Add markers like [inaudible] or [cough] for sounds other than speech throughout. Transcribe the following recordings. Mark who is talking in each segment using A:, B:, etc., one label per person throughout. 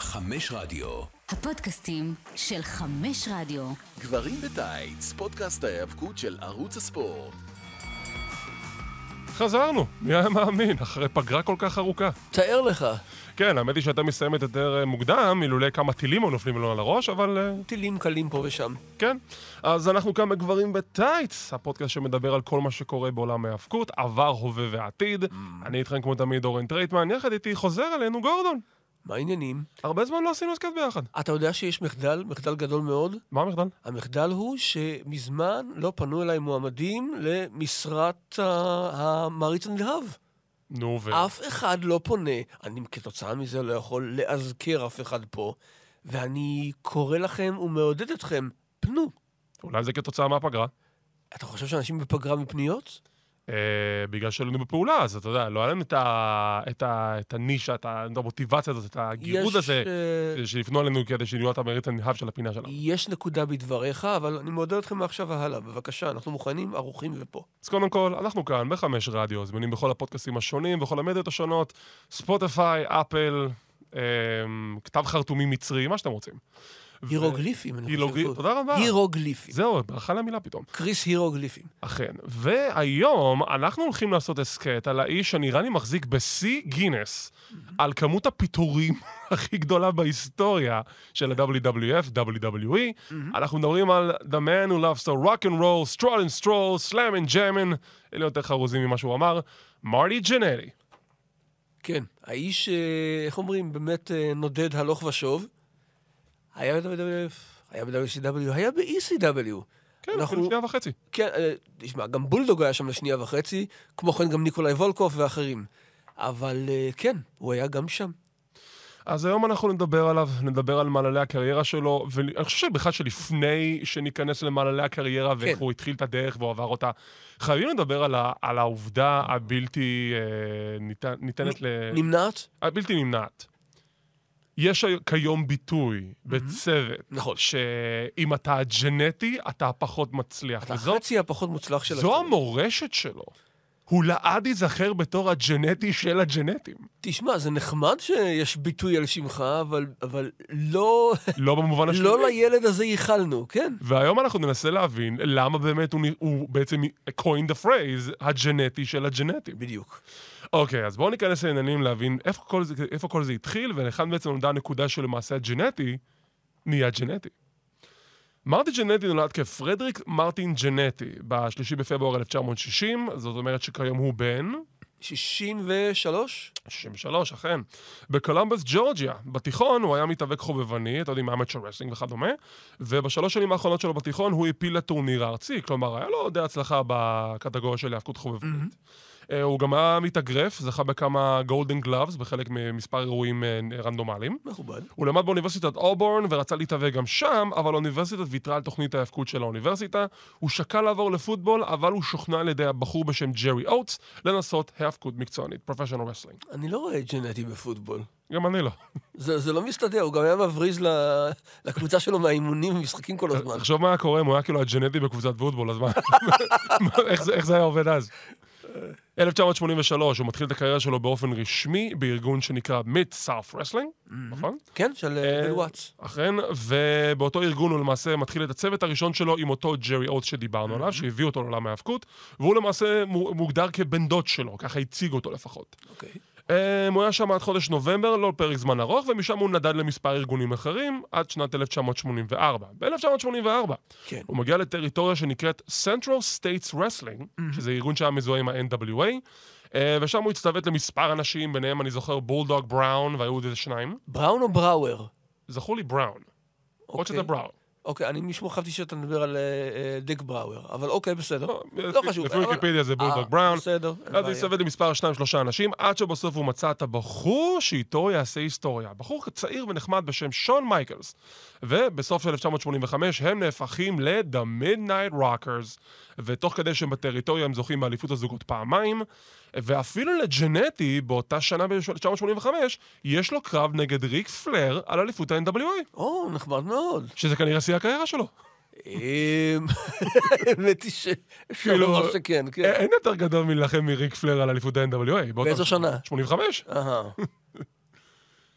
A: חמש רדיו.
B: הפודקאסטים של חמש רדיו.
A: גברים בטייץ, פודקאסט ההיאבקות של ערוץ הספורט.
C: חזרנו, מי היה מאמין, אחרי פגרה כל כך ארוכה.
D: תאר לך,
C: כן, האמת היא שהייתה מסיימת יותר אה, מוקדם, אילולא כמה טילים היו נופלים לנו על הראש, אבל אה,
D: טילים קלים פה ושם.
C: כן. אז אנחנו כאן בגברים בטייץ, הפודקאסט שמדבר על כל מה שקורה בעולם ההאבקות, עבר, הווה ועתיד.
D: Mm.
C: אני איתכם כמו תמיד אורן טרייטמן, יחד איתי חוזר אלינו גורדון.
D: מה העניינים?
C: הרבה זמן לא עשינו הסכת ביחד.
D: אתה יודע שיש מחדל, מחדל גדול מאוד?
C: מה המחדל?
D: המחדל הוא שמזמן לא פנו אליי מועמדים למשרת ה- המעריץ הנדהב.
C: נו, ו...
D: אף אחד לא פונה. אני כתוצאה מזה לא יכול לאזכר אף אחד פה, ואני קורא לכם ומעודד אתכם, פנו.
C: אולי זה כתוצאה מהפגרה.
D: אתה חושב שאנשים בפגרה מפניות?
C: אה, בגלל שלא היינו בפעולה, אז אתה יודע, לא היה לנו את, ה... את, ה... את הנישה, את, ה... את המוטיבציה הזאת, את הגירוד
D: יש,
C: הזה,
D: אה,
C: שיפנו עלינו כדי שנהיה את המריץ הנלהב של הפינה שלנו.
D: יש נקודה בדבריך, אבל אני מעודד אתכם מעכשיו והלאה. בבקשה, אנחנו מוכנים, ערוכים ופה.
C: אז קודם כל, אנחנו כאן בחמש רדיו, זמינים בכל הפודקאסטים השונים, בכל המדיות השונות, ספוטיפיי, אפל, אמ, כתב חרטומים מצרי, מה שאתם רוצים. ו-
D: הירוגליפים, אני
C: הירוגלי-
D: חושב.
C: תודה רבה.
D: הירוגליפים.
C: זהו, ברכה למילה פתאום.
D: קריס הירוגליפים.
C: אכן. והיום אנחנו הולכים לעשות הסכת על האיש שנראה לי מחזיק בשיא גינס, על כמות הפיטורים [laughs] הכי גדולה בהיסטוריה של ה-WWF, WWE. E. אנחנו מדברים על The Man Who Loves to Rock and Roll, Stroll and Stroll, Slam and Jammin, אלה יותר חרוזים ממה שהוא אמר, מרטי ג'נלי.
D: כן, האיש, אה, איך אומרים, באמת אה, נודד הלוך ושוב. היה ב-WWF, היה ב-WCW, היה ב-ECW.
C: כן,
D: אנחנו-
C: אפילו שנייה וחצי.
D: כן, אה, תשמע, גם בולדוג היה שם לשנייה וחצי, כמו כן גם ניקולאי וולקוף ואחרים. אבל אה, כן, הוא היה גם שם.
C: אז היום אנחנו נדבר עליו, נדבר על מעללי הקריירה שלו, ואני חושב שבכלל שלפני שניכנס למעללי הקריירה ואיך
D: כן.
C: הוא התחיל את הדרך והוא עבר אותה, חייבים לדבר על, ה, על העובדה הבלתי אה, ניתן, ניתנת ל...
D: נמנעת?
C: הבלתי נמנעת. יש היום- כיום ביטוי בצוות,
D: נכון.
C: שאם אתה ג'נטי, אתה פחות מצליח.
D: אתה
C: וזאת
D: החצי הפחות מוצלח של
C: זו
D: הצוות.
C: המורשת שלו. הוא לעד ייזכר בתור הג'נטי של הג'נטים.
D: תשמע, זה נחמד שיש ביטוי על שמך, אבל, אבל לא,
C: לא במובן השלילי.
D: לא לילד הזה ייחלנו, כן.
C: והיום אנחנו ננסה להבין למה באמת הוא, נ- הוא בעצם coined the phrase הג'נטי של הג'נטים.
D: בדיוק.
C: אוקיי, אז בואו ניכנס לעניינים להבין איפה כל זה, איפה כל זה התחיל, ולכאן בעצם נולדה הנקודה שלמעשה הג'נטי נהיה ג'נטי. מרטין ג'נטי נולד כפרדריק מרטין ג'נטי ב-3 בפברואר 1960, זאת אומרת שכיום הוא בן
D: 63?
C: 63, אכן. בקולומבוס, ג'ורג'יה. בתיכון הוא היה מתאבק חובבני, אתה יודע, עם amateur wrestling וכדומה, ובשלוש שנים האחרונות שלו בתיכון הוא הפיל לטורניר הארצי, כלומר, היה לו די הצלחה בקטגוריה של היאבקות חובבנית. אה, הוא גם היה מתאגרף, זכה בכמה גולדן גלאבס בחלק ממספר אירועים אה, רנדומליים.
D: מכובד.
C: הוא למד באוניברסיטת אובורן ורצה להתאבק גם שם, אבל האוניברסיטה ויתרה על תוכנית ההאבקות של האוניברסיטה. הוא שקל לעבור לפוטבול, אבל הוא שוכנע על ידי הבחור בשם ג'רי אוטס לנסות האבקות מקצוענית, פרופשיונל רסלינג.
D: אני לא רואה את ג'נטי בפוטבול.
C: גם אני לא.
D: זה, זה לא מסתדר, הוא גם היה מבריז ל... לקבוצה שלו מהאימונים ומשחקים כל הזמן.
C: תחשוב מה היה קורה אם הוא היה כאילו הג'נטי בקבוצת וודבול, אז מה... מה- איך זה- איך זה היה עובד אז? 1983, הוא מתחיל את הקריירה שלו באופן רשמי בארגון שנקרא מיד סארף רסלינג, נכון?
D: כן, של אה,
C: אה,
D: בל וואטס.
C: אכן, ובאותו ארגון הוא למעשה מתחיל את הצוות הראשון שלו עם אותו ג'רי אוטס שדיברנו עליו, שהביא אותו לעולם ההאבקות, והוא למעשה מו- מוגדר כבן דוד שלו, ככה הציג אותו לפחות.
D: אוקיי.
C: אמ, הוא היה שם עד חודש נובמבר, לא פרק זמן ארוך, ומשם הוא נדד למספר ארגונים אחרים עד שנת 1984. ב-1984
D: כן.
C: הוא מגיע לטריטוריה שנקראת Central States Wrestling, שזה ארגון שהיה מזוהה עם ה-NWA, אה, ושם הוא הצטוות למספר אנשים, ביניהם אני זוכר בולדוג בראון, והיו עוד איזה שניים.
D: בראון או בראואר?
C: זכור לי בראון, למרות שזה בראון.
D: אוקיי, אני משמעו חשבתי שאתה מדבר על אה, אה, דיק בראואר, אבל אוקיי, בסדר. לא
C: לפי-
D: חשוב.
C: לפי
D: אבל-
C: ויקיפדיה זה
D: אה,
C: בולדוג בראון.
D: בסדר, אין
C: אז הוא
D: בעיה.
C: הסתובב למספר שניים-שלושה אנשים, עד שבסוף הוא מצא את הבחור שאיתו יעשה היסטוריה. בחור צעיר ונחמד בשם שון מייקלס. ובסוף 1985 הם נהפכים ל-The Midnight Rockers, ותוך כדי שהם בטריטוריה הם זוכים באליפות הזוגות פעמיים, ואפילו לג'נטי, באותה שנה ב-1985, יש לו קרב נגד ריק פלר על אליפות ה-NWA,
D: או, נחמד
C: [laughs]
D: מאוד.
C: שזה כנראה שיא הקריירה שלו.
D: אמ, [laughs] האמת היא ש... אפשר
C: כאילו,
D: לומר שכן,
C: אה,
D: כן.
C: אין יותר גדול מלהילחם מריק פלר על אליפות ה-NWA. באותה-
D: באיזו שנה?
C: 85.
D: אהה.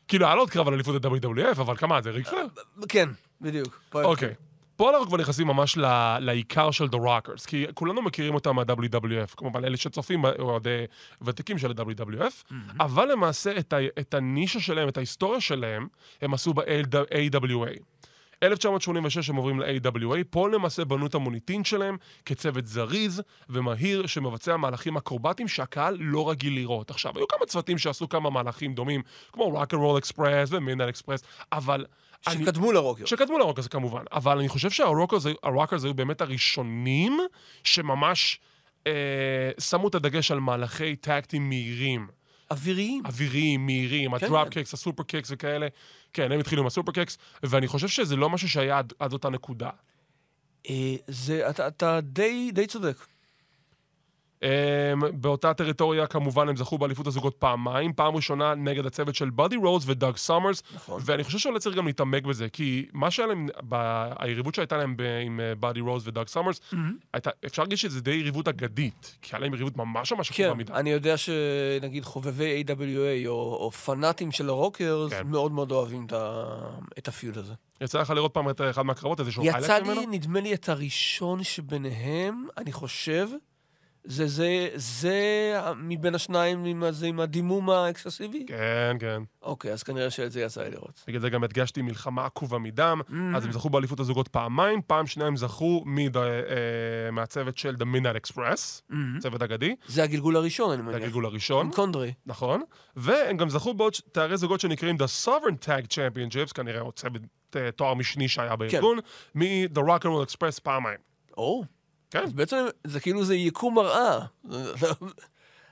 C: כאילו, היה לו עוד קרב על אליפות ה-WWF, אבל כמה, זה ריק פלר?
D: כן, בדיוק. פה-
C: אוקיי. פה אנחנו כבר נכנסים ממש ל- לעיקר של The Rockers, כי כולנו מכירים אותם מה-WWF, כמובן אלה שצופים, אוהדי ותיקים של ה-WWF, אבל למעשה את, ה- את הנישה שלהם, את ההיסטוריה שלהם, הם עשו ב-AWA. 1986 הם עוברים ל-AWA, פה למעשה בנו את המוניטין שלהם כצוות זריז ומהיר שמבצע מהלכים אקרובטיים שהקהל לא רגיל לראות. עכשיו, היו כמה צוותים שעשו כמה מהלכים דומים, כמו Rock and Roll Express ומינל אקספרס, אבל... אני-
D: שקדמו לרוקר.
C: לא. שקדמו לרוקרס כמובן, אבל אני חושב שהרוקרס היו- הרוקרס היו באמת הראשונים שממש אה, שמו את הדגש על מהלכי טקטים מהירים,
D: אוויריים.
C: אוויריים, מהירים,
D: כן.
C: הדראפ קיקס, הסופר קיקס וכאלה. כן, הם התחילו עם הסופר קיקס, ואני חושב שזה לא משהו שהיה עד, עד אותה נקודה.
D: אה, זה, אתה- אתה די די צודק.
C: הם, אמ, באותה טריטוריה כמובן הם זכו באליפות הזוגות פעמיים, פעם ראשונה נגד הצוות של בודי רוז ודאג סאמרס,
D: נכון.
C: ואני חושב שאולי צריך גם להתעמק בזה, כי מה שהיה להם, ב... היריבות שהייתה להם ב... עם אה, בודי רוז ודאג סאמרס, הייתה... אפשר להגיד שזה די יריבות אגדית, כי היה להם יריבות ממש ממש
D: כן,
C: חשובה מדי.
D: אני יודע שנגיד חובבי AWA או, או פנאטים של הרוקרס
C: כן.
D: מאוד מאוד אוהבים את, ה, את הפיוד הזה.
C: יצא לך לראות פעם את אה, אחד מהקרבות, איזשהו
D: יצא
C: highlight
D: לי,
C: ממנו?
D: נדמה לי, את הראשון שביניהם, אני חושב, זה זה, זה ה- מבין השניים עם, ה- זה, עם הדימום האקססיבי?
C: כן, כן.
D: אוקיי, אז כנראה שאת זה יצא לי לראות.
C: בגלל זה גם הדגשתי מלחמה עקובה מדם, אז הם זכו באליפות הזוגות פעמיים, פעם שנייה הם זכו מד... אה, אה, מהצוות של The Midnight Express, צוות אגדי,
D: זה הגלגול הראשון, אני
C: זה
D: מניח.
C: הגלגול הראשון.
D: עם קונדרי.
C: נכון, והם גם זכו בעוד ש- תארי זוגות שנקראים The Sovereign Tag Championships, כנראה עוד צוות אה, תואר משני שהיה בארגון, מ-The Rock and Roll Express פעמיים.
D: או.
C: כן.
D: אז בעצם זה כאילו זה יקום מראה. [laughs]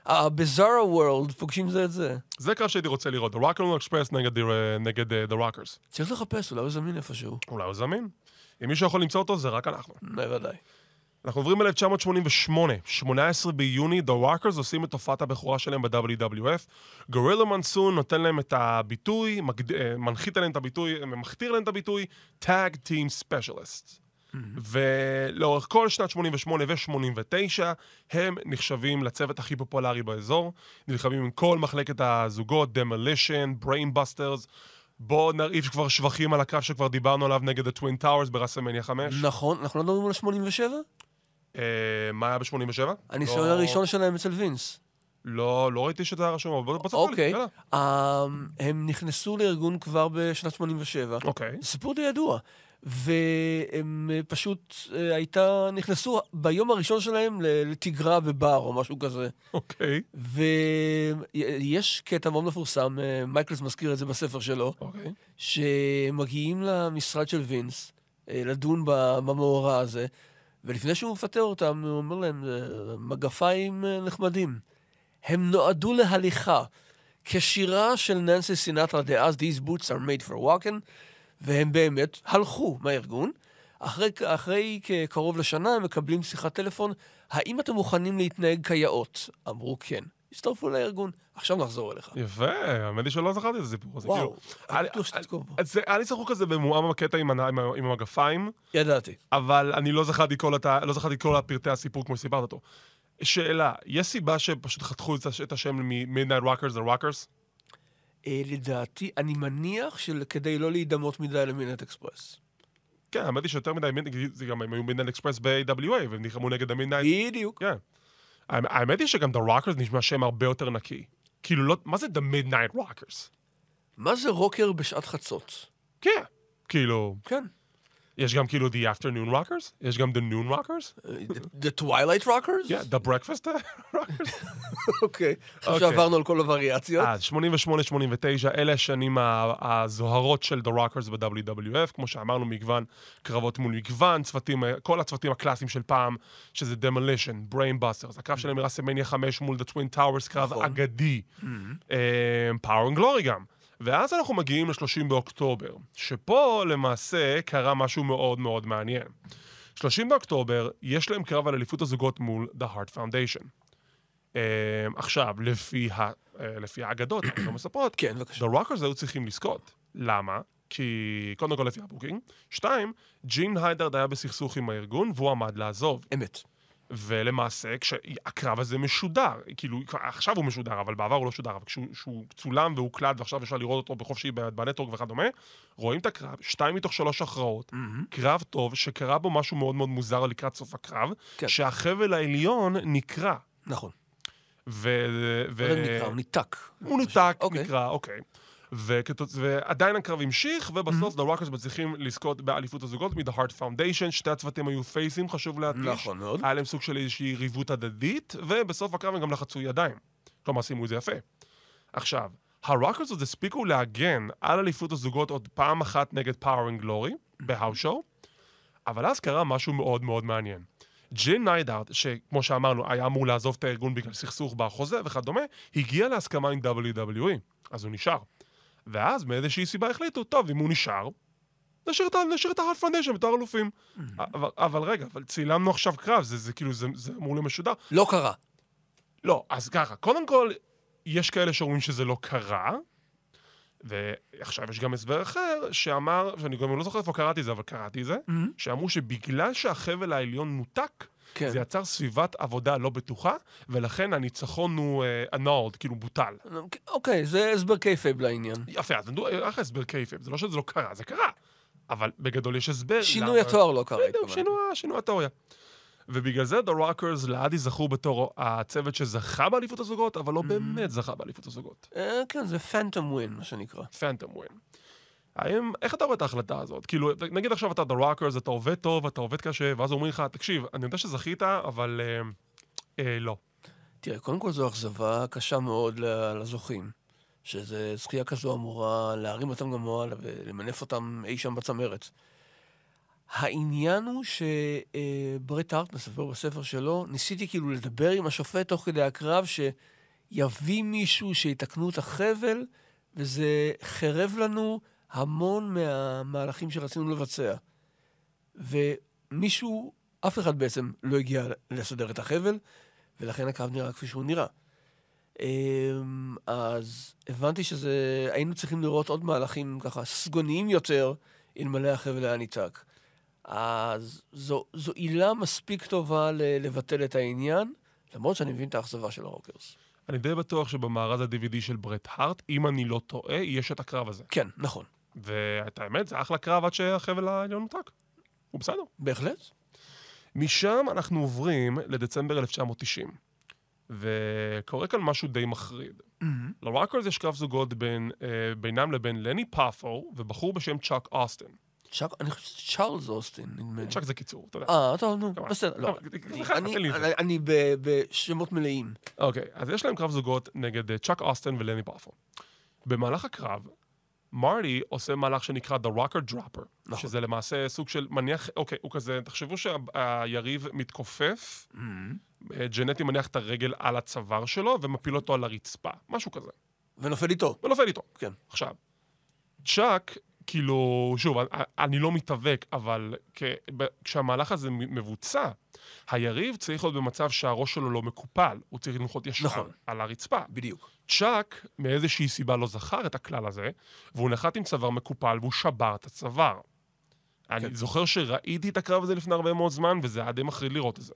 D: הביזארה וורלד פוגשים זה את זה.
C: זה קרב שהייתי רוצה לראות, The Rock and Roll Express נגד, The- נגד אה, The Rockers.
D: צריך לחפש, אולי הוא זמין איפשהו.
C: אולי הוא זמין. אם מישהו יכול למצוא אותו, זה רק אנחנו.
D: בוודאי.
C: אנחנו עוברים ל-1988, 18 ביוני, The Rockers עושים את הופעת הבכורה שלהם ב-WWF. גורילה מנסון נותן להם את הביטוי, מגד... אה, מנחית עליהם את הביטוי, אה, מכתיר להם את הביטוי, Tag Team Specialist. ולאורך כל שנת 88 ו-89, הם נחשבים לצוות הכי פופולרי באזור. נלחמים עם כל מחלקת הזוגות, Demolition, Brainbusters. בואו נרעיף כבר שבחים על הקרב שכבר דיברנו עליו נגד הטווין טאוורס בראסלמניה 5.
D: נכון, אנחנו לא מדברים על 87?
C: אה, מה היה ב-87?
D: הניסיון הראשון שלהם אצל וינס.
C: לא, לא ראיתי שזה היה רשום, אבל בסוף...
D: אוקיי. אה, הם נכנסו לארגון כבר בשנת 87.
C: אוקיי.
D: זה סיפור די ידוע. והם אה, פשוט אה, הייתה, נכנסו ביום הראשון שלהם ל- לתגרה בבר או משהו כזה.
C: אוקיי.
D: ויש קטע מאוד מפורסם, אה, מייקלס מזכיר את זה בספר שלו,
C: אוקיי.
D: שמגיעים למשרד של וינס אה, לדון ב- במאורע הזה, ולפני שהוא מפטר אותם, הוא אומר להם, "אה, מגפיים אה, נחמדים. הם נועדו להליכה, כשירה של ננסי סינטרה דאז, These boots are made for walking, והם באמת הלכו מהארגון. אחרי, אחרי כקרוב לשנה הם מקבלים שיחת טלפון, האם אתם מוכנים להתנהג כיאות? אמרו כן. הצטרפו לארגון, עכשיו נחזור אליך.
C: יפה, האמת היא שלא זכרתי את הסיפור הזה.
D: וואו,
C: כאילו,
D: אני בטוח
C: היה-
D: שתזכור פה.
C: אז זה- היה לי סחור כזה במועם הקטע עם הנ- עם ה- עם המגפיים,
D: ידעתי.
C: אבל אני לא זכרתי כל הת- לא זכרתי כל הפרטי הסיפור כמו שסיפרת אותו. שאלה, יש סיבה שפשוט חתכו את הש- את השם מ-Midnight Rockers ל-Rockers?
D: אה, לדעתי, אני מניח שכדי לא להידמות מדי למינט אקספרס.
C: כן, האמת היא שיותר מדי, מין- זה גם הם היו מידנייט אקספרס ב-AWA, והם נלחמו נגד ה-Midnight
D: בדיוק.
C: כן. האמת- האמת היא שגם The Rockers נשמע שם הרבה יותר נקי. כאילו, לא, מה זה The Midnight Rockers?
D: מה זה רוקר בשעת חצות?
C: כן. כאילו,
D: כן.
C: יש גם כאילו The Afternoon Rockers? יש גם The Noon Rockers?
D: אה, The- The Twilight Rockers?
C: כן, The Breakfast [laughs] Rockers?
D: אוקיי. אה. עכשיו
C: אוקיי.
D: שעברנו על כל הווריאציות.
C: אז 88-89, אלה השנים ה- הזוהרות של The Rockers ב-WWF, כמו שאמרנו, מגוון קרבות מול מגוון, צוותים, אה, כל הצוותים הקלאסיים של פעם, שזה Demolition, Brainbusters, הקרב שלהם מרסמניה 5 מול The Twin Towers, קרב
D: נכון.
C: אגדי, אה, Power and Glory גם. ואז אנחנו מגיעים ל-30 באוקטובר, שפה למעשה קרה משהו מאוד מאוד מעניין. 30 באוקטובר, יש להם קרב על אליפות הזוגות מול The Heart Foundation. אה, עכשיו, לפי, ה, אה, לפי האגדות, אנחנו מספרות,
D: כן, בבקשה.
C: The Rockers היו צריכים לזכות. למה? כי קודם כל לפי הבוקינג. שתיים, ג'ים היידרד היה בסכסוך עם הארגון והוא עמד לעזוב.
D: אמת.
C: ולמעשה, כשהקרב הזה משודר, כאילו, עכשיו הוא משודר, אבל בעבר הוא לא שודר, אבל כשהוא כשהוא צולם והוקלד, ועכשיו אפשר לראות אותו בחופשי ב- בנטוורק וכדומה, רואים את הקרב, שתיים מתוך שלוש הכרעות, קרב טוב, שקרה בו משהו מאוד מאוד מוזר לקראת סוף הקרב,
D: כן.
C: שהחבל העליון נקרע.
D: נכון.
C: ו... ו...
D: הוא נקרא, הוא ניתק.
C: הוא ניתק,
D: אוקיי.
C: נקרא, אוקיי. וכתוצ... ועדיין הקרב המשיך, ובסוף The Rockers מצליחים לזכות באליפות הזוגות מ-The Heart Foundation, שתי הצוותים היו פייסים, חשוב להדגיש.
D: נכון מאוד.
C: היה להם סוג של איזושהי יריבות הדדית, ובסוף הקרב הם גם לחצו ידיים. כלומר, סיימו את זה יפה. עכשיו, הרוקרס עוד הספיקו להגן על אליפות הזוגות עוד פעם אחת נגד פאוור אנד גלורי, בהאושו, אבל אז קרה משהו מאוד מאוד מעניין. ג'ין ניידארט, שכמו שאמרנו, היה אמור לעזוב את הארגון בגלל סכסוך בחוזה וכדומה, הגיע להסכמה עם WWE, אז הוא נשאר. ואז מאיזושהי סיבה החליטו, טוב, אם הוא נשאר, נשאיר את ה- נשאיר את ההארד פונדשן בתור אלופים.
D: Mm-hmm.
C: אבל, אבל רגע, אבל צילמנו עכשיו קרב, זה, זה כאילו, זה, זה אמור להיות משודר.
D: לא קרה.
C: לא, אז ככה, קודם כל, יש כאלה שאומרים שזה לא קרה, ועכשיו יש גם הסבר אחר, שאמר, שאני גם לא זוכר איפה קראתי את זה, אבל קראתי את זה, שאמרו שבגלל שהחבל העליון נותק,
D: Mm-hmm. כן.
C: זה יצר סביבת עבודה לא בטוחה, ולכן הניצחון הוא אנולד, כאילו בוטל.
D: אוקיי, זה הסבר קייפייב לעניין.
C: יפה, אז נדעו, איך הסבר קייפים? זה לא שזה לא קרה, זה קרה. אבל בגדול יש הסבר.
D: שינוי
C: למה-
D: התואר לא קרה.
C: בדיוק,
D: התכוונתי.
C: שינוע, שינוע התיאוריה. ובגלל זה The Rockers לעד ייזכרו בתור הצוות שזכה באליפות הזוגות, אבל לא באמת זכה באליפות הזוגות.
D: אה, כן, זה פנטום ווין, מה שנקרא.
C: פנטום ווין. האם, איך אתה רואה את ההחלטה הזאת? כאילו, נגיד עכשיו אתה The Rockers, אתה עובד טוב, אתה עובד קשה, ואז אומרים לך, תקשיב, אני יודע שזכית, אבל אה, אה, לא.
D: תראה, קודם כל זו אכזבה קשה מאוד ל- לזוכים, שזה זכייה כזו אמורה להרים אותם גם מועל ולמנף אותם אי שם בצמרת. העניין הוא שברט הארט מספר בספר שלו, ניסיתי כאילו לדבר עם השופט תוך כדי הקרב שיביא מישהו שיתקנו את החבל, וזה חירב לנו המון מהמהלכים שרצינו לבצע. ומישהו, אף אחד בעצם לא הגיע לסדר את החבל, ולכן הקרב נראה כפי שהוא נראה. אמ, אז הבנתי שזה... היינו צריכים לראות עוד מהלכים ככה סגוניים יותר, אלמלא החבל היה ניתק. אז זו, זו עילה מספיק טובה ל- לבטל את העניין, למרות שאני מבין את האכזבה של הרוקרס.
C: אני די בטוח שבמארז ה-DVD של ברט הארט, אם אני לא טועה, יש את הקרב הזה.
D: כן, נכון.
C: ואת האמת, זה אחלה קרב עד שהחבל העליון נותק. הוא בסדר.
D: בהחלט.
C: Mm-hmm. משם אנחנו עוברים לדצמבר 1990, וקורה כאן משהו די מחריד. לרוקרס יש קרב זוגות בין, אה, בינם לבין לני פאפו ובחור בשם צ'אק אוסטין.
D: צ'אק, אני חושב שזה צ'ארלס אוסטין, נדמה לי.
C: צ'אק זה קיצור, אתה יודע.
D: כן. אה, טוב, נו,
C: כמה?
D: בסדר. לא,
C: כמה?
D: אני-
C: תן לי את זה.
D: אני- אני ב- בשמות מלאים.
C: אוקיי, אז יש להם קרב זוגות נגד אה, צ'אק אוסטין ולני פאפו. במהלך הקרב, מרלי עושה מהלך שנקרא The Rocker Dropper,
D: נכון.
C: שזה למעשה סוג של מניח, אוקיי, הוא כזה, תחשבו שהיריב מתכופף, אה, ג'נטי מניח את הרגל על הצוואר שלו ומפיל אותו על הרצפה, משהו כזה.
D: ונופל איתו.
C: ונופל איתו.
D: כן.
C: עכשיו, צ'אק, כאילו, שוב, אני- אני לא מתאבק, אבל כ- ב- כשהמהלך הזה מ- מבוצע, היריב צריך להיות במצב שהראש שלו לא מקופל, הוא צריך לנחות ישר
D: נכון.
C: על הרצפה.
D: בדיוק.
C: צ'אק, מאיזושהי סיבה לא זכר את הכלל הזה, והוא נחת עם צוואר מקופל והוא שבר את הצוואר. אני זוכר שראיתי את הקרב הזה לפני הרבה מאוד זמן, וזה היה די מחריד לראות את זה.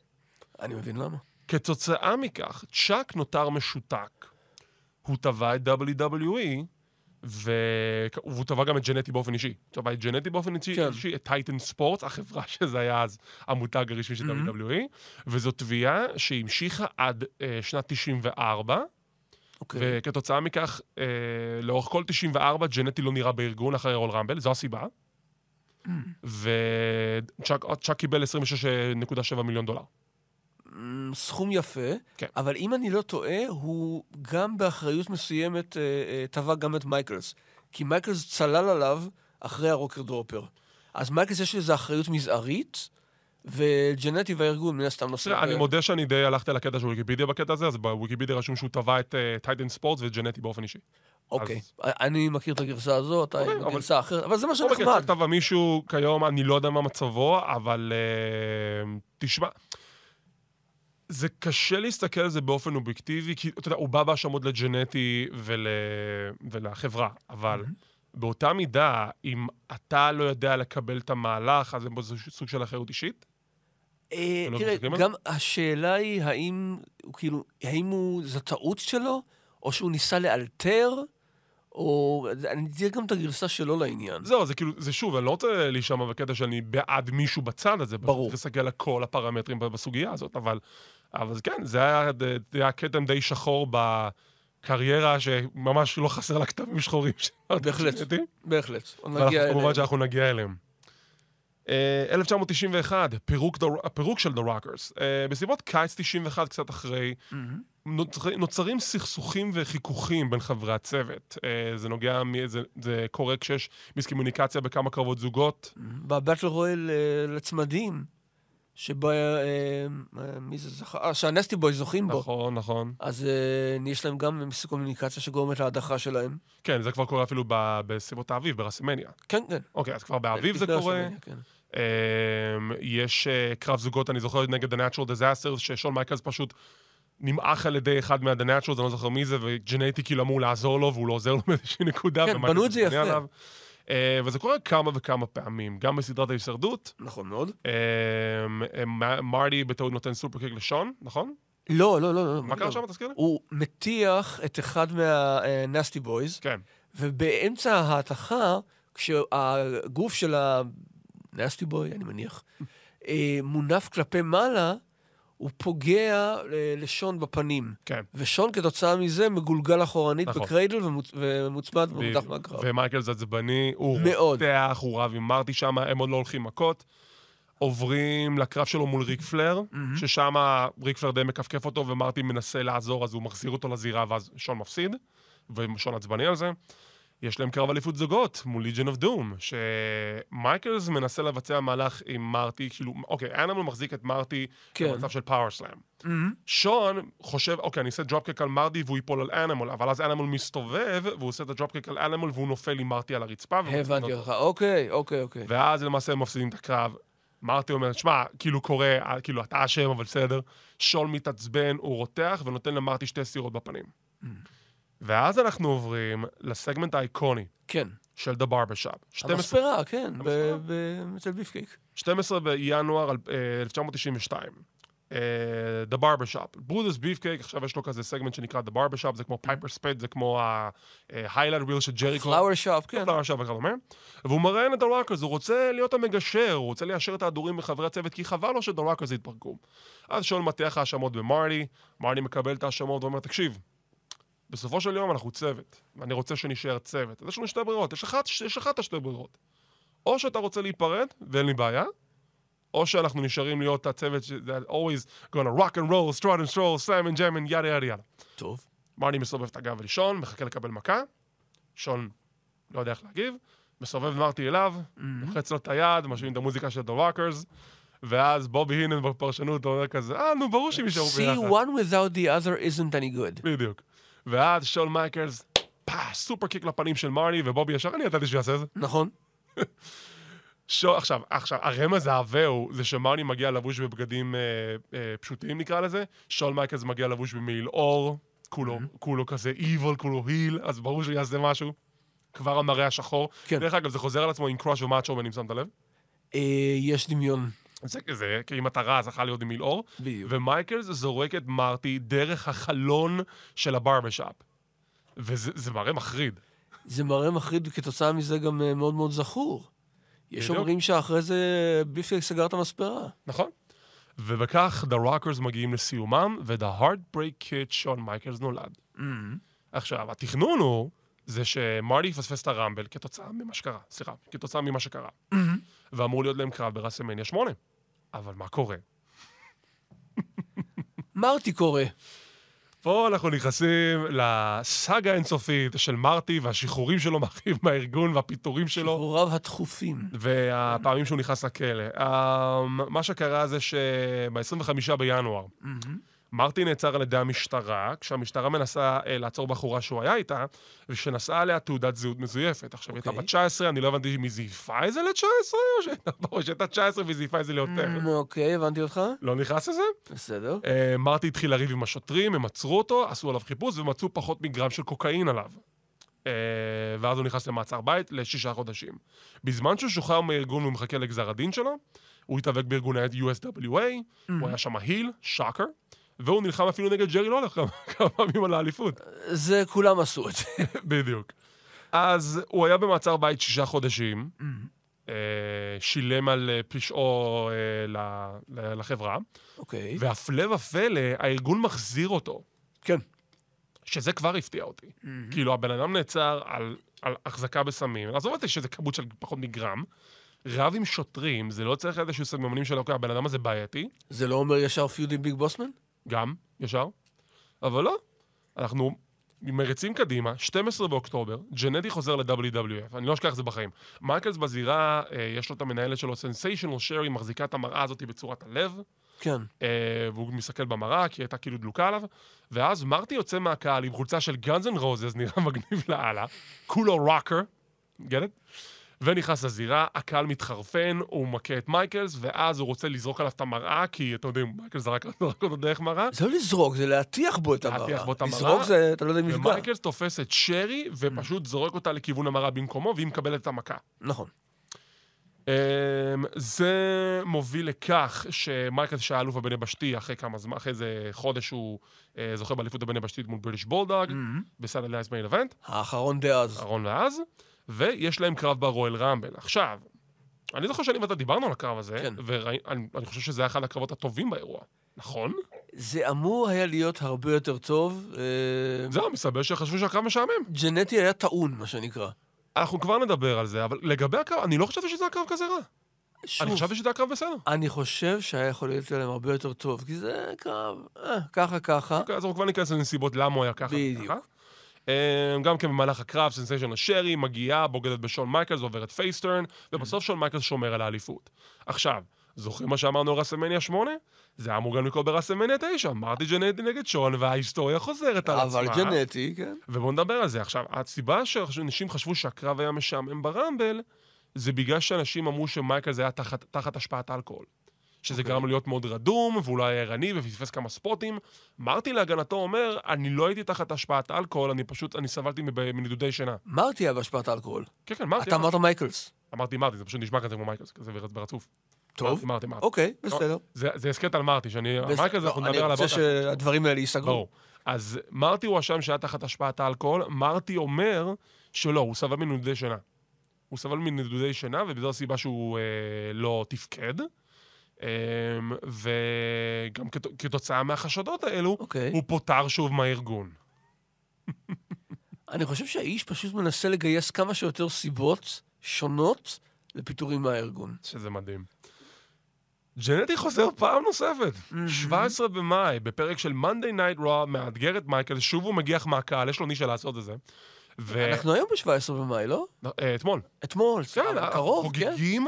D: אני מבין למה.
C: כתוצאה מכך, צ'אק נותר משותק. הוא תבע את WWE, ו... והוא תבע גם את ג'נטי באופן אישי. הוא תבע את ג'נטי באופן אישי,
D: כן.
C: אישי את טייטן ספורטס, החברה [laughs] שזה היה אז המותג הרשמי של WWE, וזו תביעה שהמשיכה עד אה, שנת 94,
D: אוקיי.
C: וכתוצאה מכך, אה, לאורך כל 94, ג'נטי לא נראה בארגון אחרי רול רמבל, זו הסיבה. וצ'אק קיבל 26.7 מיליון דולר.
D: אמ, סכום יפה,
C: כן.
D: אבל אם אני לא טועה, הוא גם באחריות מסוימת אה, אה, תבע גם את מייקלס. כי מייקלס צלל עליו אחרי הרוקר דרופר. אז מייקלס יש לזה אחריות מזערית, וג'נטי והארגון מן הסתם נושאים.
C: תראה, אני
D: ב-
C: מודה שאני די הלכתי על הקטע של ויקיפדיה בקטע הזה, אז בוויקיפדיה רשום שהוא תבע את טייטן ספורטס ואת ג'נטי באופן אישי.
D: אוקיי. אני מכיר את הגרסה הזו, אתה
C: אוקיי,
D: עם
C: אבל- אוקיי,
D: הגרסה האחרת, אבל זה מה
C: בכל מקרה,
D: שנחמד.
C: כתב מישהו כיום, אני לא יודע מה מצבו, אבל אה, תשמע, זה קשה להסתכל על זה באופן אובייקטיבי, כי אתה יודע, הוא בא בהאשמות לג'נטי ול... ולחברה, אבל באותה מידה, אם אתה לא יודע לקבל את המהלך, אז זה סוג של אחריות אישית.
D: אה,
C: אתם לא
D: תראה,
C: מסתכלים על
D: גם השאלה היא האם הוא כאילו, האם הוא, זו טעות שלו, או שהוא ניסה לאלתר, או... אני תראה גם את הגרסה שלו לעניין.
C: זהו, זה כאילו, זה שוב, אני לא רוצה להישמע בקטע שאני בעד מישהו בצד הזה.
D: ברור.
C: צריך להסתכל על כל הפרמטרים ב- בסוגיה הזאת, אבל... אבל זה כן, זה היה, זה היה כתם די שחור בקריירה, שממש לא חסר לה כתבים שחורים.
D: בהחלט.
C: [laughs] שמעתי.
D: בהחלט. עוד
C: ואנחנו
D: נגיע אליהם.
C: כמובן שאנחנו נגיע אליהם. אה, 1991, פירוק, The- הפירוק של The Rockers. אה, בסביבות קיץ 91, קצת אחרי,
D: מהמם.
C: נוצר- נוצרים סכסוכים וחיכוכים בין חברי הצוות. אה, זה נוגע, מ- זה, זה קורה כשיש מיסקומוניקציה בכמה קרבות זוגות.
D: בבטל רויאל אה, לצמדים, שבה... אה, אה, מי זה זכה? אה, שהנסטי בוי זוכים בו.
C: נכון, נכון.
D: אז אה, יש להם גם מיסקומוניקציה שגורמת להדחה שלהם.
C: כן, זה כבר קורה אפילו ב- בסביבות האביב, ברסימניה.
D: כן, כן.
C: אוקיי, אז כבר באביב זה
D: לפני
C: קורה.
D: הסלמניה, כן.
C: אמ, יש אה, קרב זוגות, אני זוכר, נגד ה-Natural Disaster, ששון מייקלס פשוט נמעך על ידי אחד מה-The Naturals, אני לא זוכר מי זה, וג'נטי כאילו אמור לעזור לו, והוא לא עוזר לו [laughs] באיזושהי נקודה.
D: כן,
C: ומייקלס
D: בנו את זה
C: מתגונן
D: יפה.
C: עליו. אה, וזה קורה כמה וכמה פעמים, גם בסדרת ההישרדות.
D: נכון מאוד.
C: אמ, אה, מ- מרדי בטעות נותן סופרקיק לשון, נכון?
D: לא, לא, לא. לא,
C: מה קרה
D: לא.
C: שם, תזכיר לי?
D: הוא מטיח את אחד מהנסטי בויז,
C: כן.
D: ובאמצע ההתכה, כשהגוף של הנסטי בוי, אני מניח, אה, מונף כלפי מעלה, הוא פוגע אה, לשון בפנים.
C: כן.
D: ושון כתוצאה מזה מגולגל אחורנית
C: נכון.
D: בקריידל ומוצ- ומוצמד ומודח
C: בדיוק.
D: מהקרב.
C: ומייקל זה עצבני, הוא
D: מאוד.
C: רותח, הוא רב עם מרטי שם, הם עוד לא הולכים מכות. עוברים לקרב שלו מול ריק פלר, ששם ריק פלר די מכפכף אותו ומרטי מנסה לעזור, אז הוא מחזיר אותו לזירה ואז שון מפסיד, ושון עצבני על זה. יש להם קרב אליפות זוגות מול ליג'ן אוף דום, שמייקלס מנסה לבצע מהלך עם מרטי, כאילו, אוקיי, אנימל מחזיק את מרטי
D: כן.
C: במצב של פאוור סלאם.
D: מהמם.
C: שון חושב, אוקיי, אני אעשה דרופקק על מרדי והוא ייפול על אנימל, אבל אז אנימל מסתובב, והוא עושה את הדרופקק על אנימל והוא נופל עם מרטי על הרצפה. והוא
D: הבנתי
C: מסתובב.
D: אותך. אוקיי, אוקיי, אוקיי.
C: ואז למעשה הם מפסידים את הקרב. מרטי אומר, שמע, כאילו קורה, אה, כאילו אתה אשם, אבל בסדר. שון מתעצבן, הוא רותח ונותן למרטי שתי סירות בפנים.
D: Mm.
C: ואז אנחנו עוברים לסגמנט האיקוני
D: כן.
C: של The Barbershop. 12
D: המספרה, כן, ב-
C: המספרה.
D: ב- אצל ביפקייק.
C: 12 בינואר אל- אה, 1992. אה, The Barbershop. ברודוס ביפקייק, עכשיו יש לו כזה סגמנט שנקרא The Barbershop, זה כמו פייפר ספייד, זה כמו ה-highlight reel של ג'ריקו.
D: פלאוור שופ, כן.
C: פלאור עכשיו וכדומה. והוא מראיין את הוואקרס, הוא רוצה להיות המגשר, הוא רוצה ליישר את ההדורים מחברי הצוות, כי חבל לו שדוואקרס יתפרקו. אז שון מטיח האשמות במרני, מרני מקבל את ההאשמות ואומר, תקשיב, בסופו של יום אנחנו צוות, ואני רוצה שנשאר צוות. אז יש לנו שתי ברירות, יש אחת, יש אחת השתי ברירות. או שאתה רוצה להיפרד, ואין לי בעיה, או שאנחנו נשארים להיות הצוות ש- that always gonna rock and roll, strut and stroll, slam and jam and יאללה יאללה יאללה.
D: טוב.
C: מרני מסובב את הגב אל שון, מחכה לקבל מכה, שון לא יודע איך להגיב, מסובב מרטי אליו, לוחץ לו את היד, משמיעים את המוזיקה של The Rockers, ואז בובי הינן בפרשנות אומר כזה, אה, נו, ברור שהם יישארו
D: See,
C: ביחד.
D: one without the other isn't any good.
C: בדיוק. ואז שון מייקלס, פah, סופר קיק לפנים של מרני, ובובי ישר, אני ידעתי שהוא יעשה את זה.
D: נכון?
C: שו, עכשיו, עכשיו, הרמז העבה הוא, זה שמרני מגיע לבוש בבגדים אה, אה, פשוטים נקרא לזה, שון מייקלס מגיע לבוש במעיל אור, כולו, כולו כזה evil, כולו היל, אז ברור שהוא יעשה משהו. כבר המראה השחור.
D: כן.
C: דרך אגב, זה חוזר על עצמו עם קראש ומאצ'ו, אם שמת לב.
D: אה, יש דמיון.
C: זה, זה, כי אם אתה רע, אז אכל להיות במעיל אור.
D: בדיוק.
C: ומייקלס זורק את מרטי דרך החלון של הברברשאפ. וזה זה מראה מחריד.
D: זה מראה מחריד, וכתוצאה מזה גם אה, מאוד מאוד זכור. יש
C: בדיוק.
D: אומרים שאחרי זה ביפקייק סגר את המספרה.
C: נכון. ובכך, The Rockers מגיעים לסיומם, ו-The Heartbreak Kid שון מייקלס נולד. עכשיו, התכנון הוא, זה שמרלי יפספס את הרמבל כתוצאה ממה שקרה, סליחה, כתוצאה ממה שקרה. ואמור להיות להם קרב בראסלמניה 8. אבל מה קורה?
D: מרטי קורא.
C: פה אנחנו נכנסים לסאגה האינסופית של מרטי והשחרורים שלו מהאחים- מהארגון והפיטורים שלו.
D: הוריו התכופים.
C: והפעמים שהוא נכנס לכלא. Um, מה שקרה זה שב-25 בינואר, מרטין נעצר על ידי המשטרה, כשהמשטרה מנסה אה, לעצור בחורה שהוא היה איתה, ושנשאה עליה תעודת זהות מזויפת. עכשיו, היא הייתה
D: אוקיי.
C: בת 19, אני לא הבנתי אם היא זייפה את זה ל-19, או שהייתה- [laughs] או שהייתה 19 והיא זייפה את זה ליותר.
D: אמ, אוקיי, הבנתי אותך.
C: לא נכנס לזה?
D: בסדר.
C: אה, מרטי התחיל לריב עם השוטרים, הם עצרו אותו, עשו עליו חיפוש ומצאו פחות מגרם של קוקאין עליו. אה, ואז הוא נכנס למעצר בית לשישה חודשים. בזמן שהוא שוחרר מהארגון ומחכה לגזר הדין שלו, הוא התאבק בארגון ה-USWA, הוא היה שם היל, שוקר, והוא נלחם אפילו נגד ג'רי לולר כמה [laughs] כמה פעמים על האליפות.
D: זה, כולם עשו את זה. [laughs]
C: בדיוק. אז הוא היה במעצר בית שישה חודשים, אה, שילם על אה, פשעו אה, ל- ל- לחברה,
D: אוקיי.
C: והפלא ופלא, הארגון מחזיר אותו.
D: כן.
C: שזה כבר הפתיע אותי. כאילו, הבן אדם נעצר על, על החזקה בסמים, עזוב אותי שזה כמות של פחות מגרם, רב עם שוטרים, זה לא צריך איזשהו סממנים של אוקיי, הבן אדם הזה בעייתי,
D: זה לא אומר ישר פיוד עם ביג בוסמן?
C: גם, ישר, אבל לא, אנחנו מריצים קדימה, 12 באוקטובר, ג'נטי חוזר ל-WWF, אני לא אשכח את זה בחיים. מייקלס בזירה, אה, יש לו את המנהלת שלו, סנסיישנל שרי, מחזיקה את המראה הזאת בצורת הלב,
D: כן.
C: אה, והוא מסתכל במראה, כי היא הייתה כאילו דלוקה עליו, ואז מרטי יוצא מהקהל עם חולצה של גאנז אנד רוזס, נראה [laughs] מגניב לאללה, כולו רוקר, גלת? ונכנס לזירה, הקהל מתחרפן, הוא מכה את מייקלס, ואז הוא רוצה לזרוק עליו את המראה, כי אתה יודע, מייקלס זרק [laughs] זרק אותו דרך מראה,
D: זה לא לזרוק, זה להטיח בו את המראה.
C: להטיח בו את המראה.
D: לזרוק זה, אתה לא יודע אם יפגע.
C: ומייקלס תופס את שרי, ופשוט זורק אותה לכיוון המראה במקומו, והיא מקבלת את המכה.
D: נכון.
C: אמ, זה מוביל לכך שמייקל שהיה אלוף הבן יבשתי, אחרי כמה זמן, אחרי איזה חודש הוא אה, זוכה באליפות הבן יבשתית מול בריטיש בולדאג,
D: Mm-hmm.
C: בסאנד אלייס מיין אבנט,
D: האחרון דאז.
C: אהרון ואז, ויש להם קרב ברואל רמבל. עכשיו, אני זוכר שאני ואתה דיברנו על הקרב הזה,
D: כן.
C: ואני אני חושב שזה היה אחד הקרבות הטובים באירוע, נכון?
D: זה אמור היה להיות הרבה יותר טוב. אה,
C: זהו, מסתבר שחשבו שהקרב משעמם.
D: ג'נטי היה טעון, מה שנקרא.
C: אנחנו כבר נדבר על זה, אבל לגבי הקרב, אני לא חשבתי שזה היה קרב כזה רע.
D: שוב,
C: אני חשבתי שזה היה קרב בסדר.
D: אני חושב שהיה יכול להיות להם הרבה יותר טוב, כי זה קרב, אה, ככה ככה.
C: אוקיי, אז אנחנו כבר ניכנס לנסיבות למה הוא היה ככה.
D: בדיוק.
C: וככה. אה, גם כן במהלך הקרב, סנסיישן השרי, מגיעה, בוגדת בשון מייקלס, עוברת פייסטרן, ובסוף שון מייקלס שומר על האליפות. עכשיו, זוכרים מה שאמרנו על רסמניה 8? זה היה אמור גם לקרות ברסמניה 9, מרטי ג'נטי נגד שון, וההיסטוריה חוזרת על עצמה.
D: אבל ג'נטי, כן.
C: ובואו נדבר על זה. עכשיו, הסיבה שאנשים חשבו שהקרב היה משעמם ברמבל, זה בגלל שאנשים אמרו שמייקלס היה תחת, תחת השפעת אלכוהול. שזה okay.
D: אוקיי.
C: גרם לו להיות מאוד רדום, ואולי היה ערני, ופספס כמה ספוטים. מרטי להגנתו אומר, אני לא הייתי תחת השפעת אלכוהול, אני פשוט, אני סבלתי מב- מנדודי שינה.
D: מרטי היה בהשפעת האלכוהול.
C: כן, כן, מרטי.
D: אתה אמרת מייקלס.
C: אמרתי מרטי, זה פשוט נשמע כזה כמו מייקלס, כזה ברצוף.
D: טוב.
C: מרטי, מרטי.
D: אוקיי, בסדר.
C: זה, זה הסכת על מרטי, שאני...
D: בסדר.
C: לא, מייקלס, אנחנו
D: לא,
C: נדבר עליו
D: אני
C: עוד
D: רוצה שהדברים האלה ייסגרו.
C: ברור. אז מרטי הוא אשם שהיה תחת השפעת האלכוהול, מרטי אומר שלא, הוא סבל מנדודי שינה. הוא סבל מנדודי שינה, וזו הסיבה שהוא אה, לא תפקד. אה, וגם כת, כתוצאה מהחשדות האלו,
D: אוקיי.
C: הוא פוטר שוב מהארגון.
D: אני חושב שהאיש פשוט מנסה לגייס כמה שיותר סיבות שונות לפיטורים מהארגון.
C: שזה מדהים. ג'נטי חוזר פעם נוספת, 17 במאי, בפרק של Monday Night Raw, מאתגר את מייקל, שוב הוא מגיח מהקהל, יש לו נישה לעשות את זה. ו...
D: אנחנו היום ב-17 במאי, לא?
C: אה, אתמול.
D: אתמול,
C: אה. כן,
D: סליחה, קרוב, כן.
C: חוגגים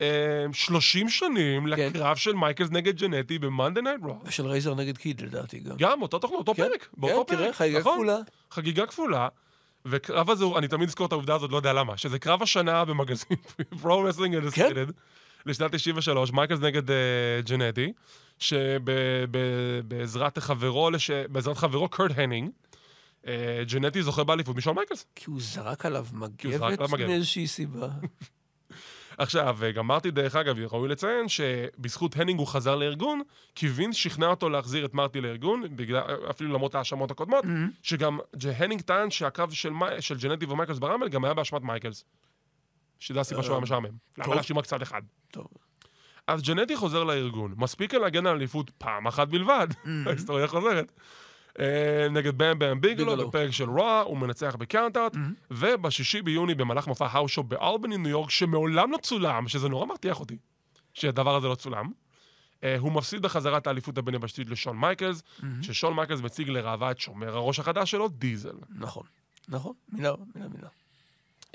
C: אה, 30 שנים לקרב של מייקלס נגד ג'נטי ב-Monday Night Raw.
D: ושל רייזר נגד קיד, לדעתי גם.
C: גם אותו תוכנו, אותו
D: כן,
C: פרק,
D: כן,
C: באותו פרק,
D: תראה, חגיגה
C: נכון?
D: כפולה.
C: חגיגה כפולה. וקרב הזה, הוא- אני תמיד אזכור את העובדה הזאת, לא יודע למה, שזה קרב השנה במגזין [laughs] פרו רסלינג
D: כן.
C: אנסטרדד, לשנת 93, מייקלס נגד אה, ג'נטי, שבעזרת חברו, לש- בעזרת חברו קורט הנינג, אה, ג'נטי זוכה באליפות משון מייקלס.
D: כי הוא זרק עליו
C: הוא זרק עליו
D: מגבת
C: מגבת.
D: מאיזושהי
C: [laughs]
D: סיבה.
C: עכשיו, גמרתי דרך אגב, ראוי לציין שבזכות הנינג הוא חזר לארגון, כי וינס שכנע אותו להחזיר את מרטי לארגון, בגלל, אפילו למרות ההאשמות הקודמות, שגם ג'- הנינג טען שהקרב של, מי- של ג'נטי ומייקלס ברמבל גם היה באשמת מייקלס. שזה הסיבה שהוא היה משעמם. למה להאשים רק צד אחד?
D: טוב.
C: אז ג'נטי חוזר לארגון, מספיק על להגן על אליפות פעם אחת בלבד, ההיסטוריה חוזרת. אה, נגד באם באם ביגלו,
D: ביגלו.
C: בפרק של רוע, הוא מנצח בקאונטארט, ובשישי ביוני במהלך מופע האושו באלבני, ניו יורק, שמעולם לא צולם, שזה נורא מרתיח אותי, שהדבר הזה לא צולם. אה, הוא מפסיד בחזרה את האליפות הבין יבשתית לשון מייקלס, ששון מייקלס מציג לראווה את שומר הראש החדש שלו, דיזל.
D: נכון. נכון, מילה, מילה, מילה.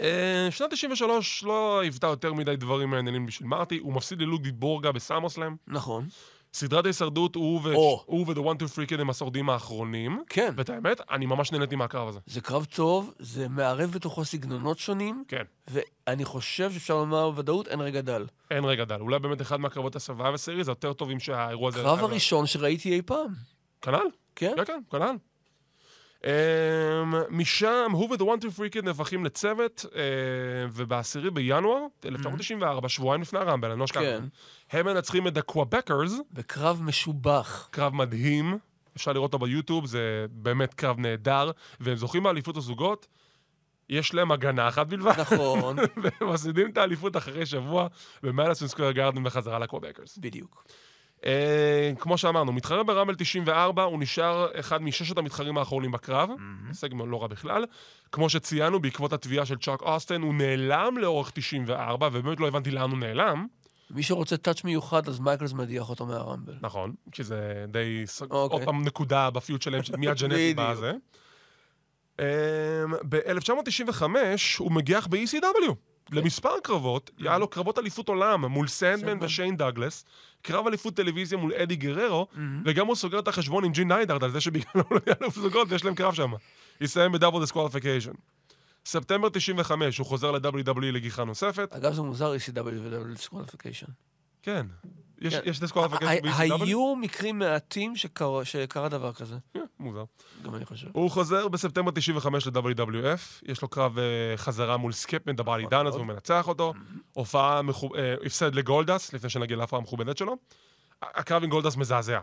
C: אה, שנת 93 לא היוותה יותר מדי דברים מעניינים בשביל מרטי, הוא מפסיד ללוק דיבורגה בסאמוסלאם.
D: נכון.
C: סדרת ההישרדות, הוא ו-
D: או.
C: הוא ו-The One Two Free Kid הם השורדים האחרונים.
D: כן.
C: ואת האמת, אני ממש נהניתי מהקרב הזה.
D: זה קרב טוב, זה מערב בתוכו סגנונות שונים,
C: כן.
D: ואני חושב שאפשר לומר בוודאות אין רגע דל.
C: אין רגע דל. אולי באמת אחד מהקרבות הסבבה וסריז היותר טובים שהאירוע הזה...
D: הקרב הראשון שראיתי אי פעם.
C: כנ"ל.
D: כן?
C: כן, כן, כנ"ל. Uh, Um, משם הוא ו-The One Two Free Kid נהפכים לצוות, uh, וב-10 בינואר 1994, שבועיים לפני הרמבל, אני לא אשכח.
D: Mm-hmm. כן.
C: הם מנצחים את הקוואבקרס,
D: בקרב [laughs] משובח.
C: קרב מדהים, אפשר לראות אותו ביוטיוב, זה באמת קרב נהדר, והם זוכים באליפות הזוגות, יש להם הגנה אחת בלבד.
D: נכון,
C: [laughs] והם מפסידים את האליפות אחרי שבוע במדיסון סקוויר גארדן בחזרה לקוואבקרס.
D: בדיוק.
C: אה, כמו שאמרנו, מתחרה ברמבל 94, הוא נשאר אחד מששת המתחרים האחרונים בקרב, הישג לא רע בכלל. כמו שציינו, בעקבות התביעה של צ'אק אוסטן, הוא נעלם לאורך 94, ובאמת לא הבנתי לאן הוא נעלם.
D: מי שרוצה טאץ' מיוחד, אז מייקלס מדיח אותו מהרמבל.
C: נכון, כי זה די... ס-
D: אוקיי.
C: עוד פעם נקודה בפיוט שלהם, של מי הג'נטי
D: בדיוק.
C: בזה. אמ, ב-1995 הוא מגיח ב-ECW למספר קרבות, היה לו קרבות אליפות עולם מול סנדמן
D: כן. סנדמן.
C: ושיין דאגלס, קרב אליפות טלוויזיה מול אדי גררו, וגם הוא סוגר את החשבון עם ג'י ניידארד על זה שבגללו לא היה לו זוגות ויש להם קרב שם. יסיים בדאבל דיסקואליפיקיישן. ספטמבר 95 הוא חוזר ל-WWE לגיחה נוספת.
D: אגב, זה מוזר, ECW ו-W disqualification.
C: כן. יש-
D: כן.
C: יש דיסקואליפיקיישן ב-ECW?
D: היו מקרים מעטים שקרה- שקרה דבר כזה,
C: כן, מוזר.
D: גם אני חושב.
C: הוא חוזר בספטמבר 95 ל-WWF, יש לו קרב אה, חזרה מול סקפמן דבלי דן, אז הוא מנצח אותו. הופעה, מכו- אה, הפסד לגולדס, לפני שנגיע להפרעה המכובדת שלו. ה- הקרב עם גולדס מזעזע.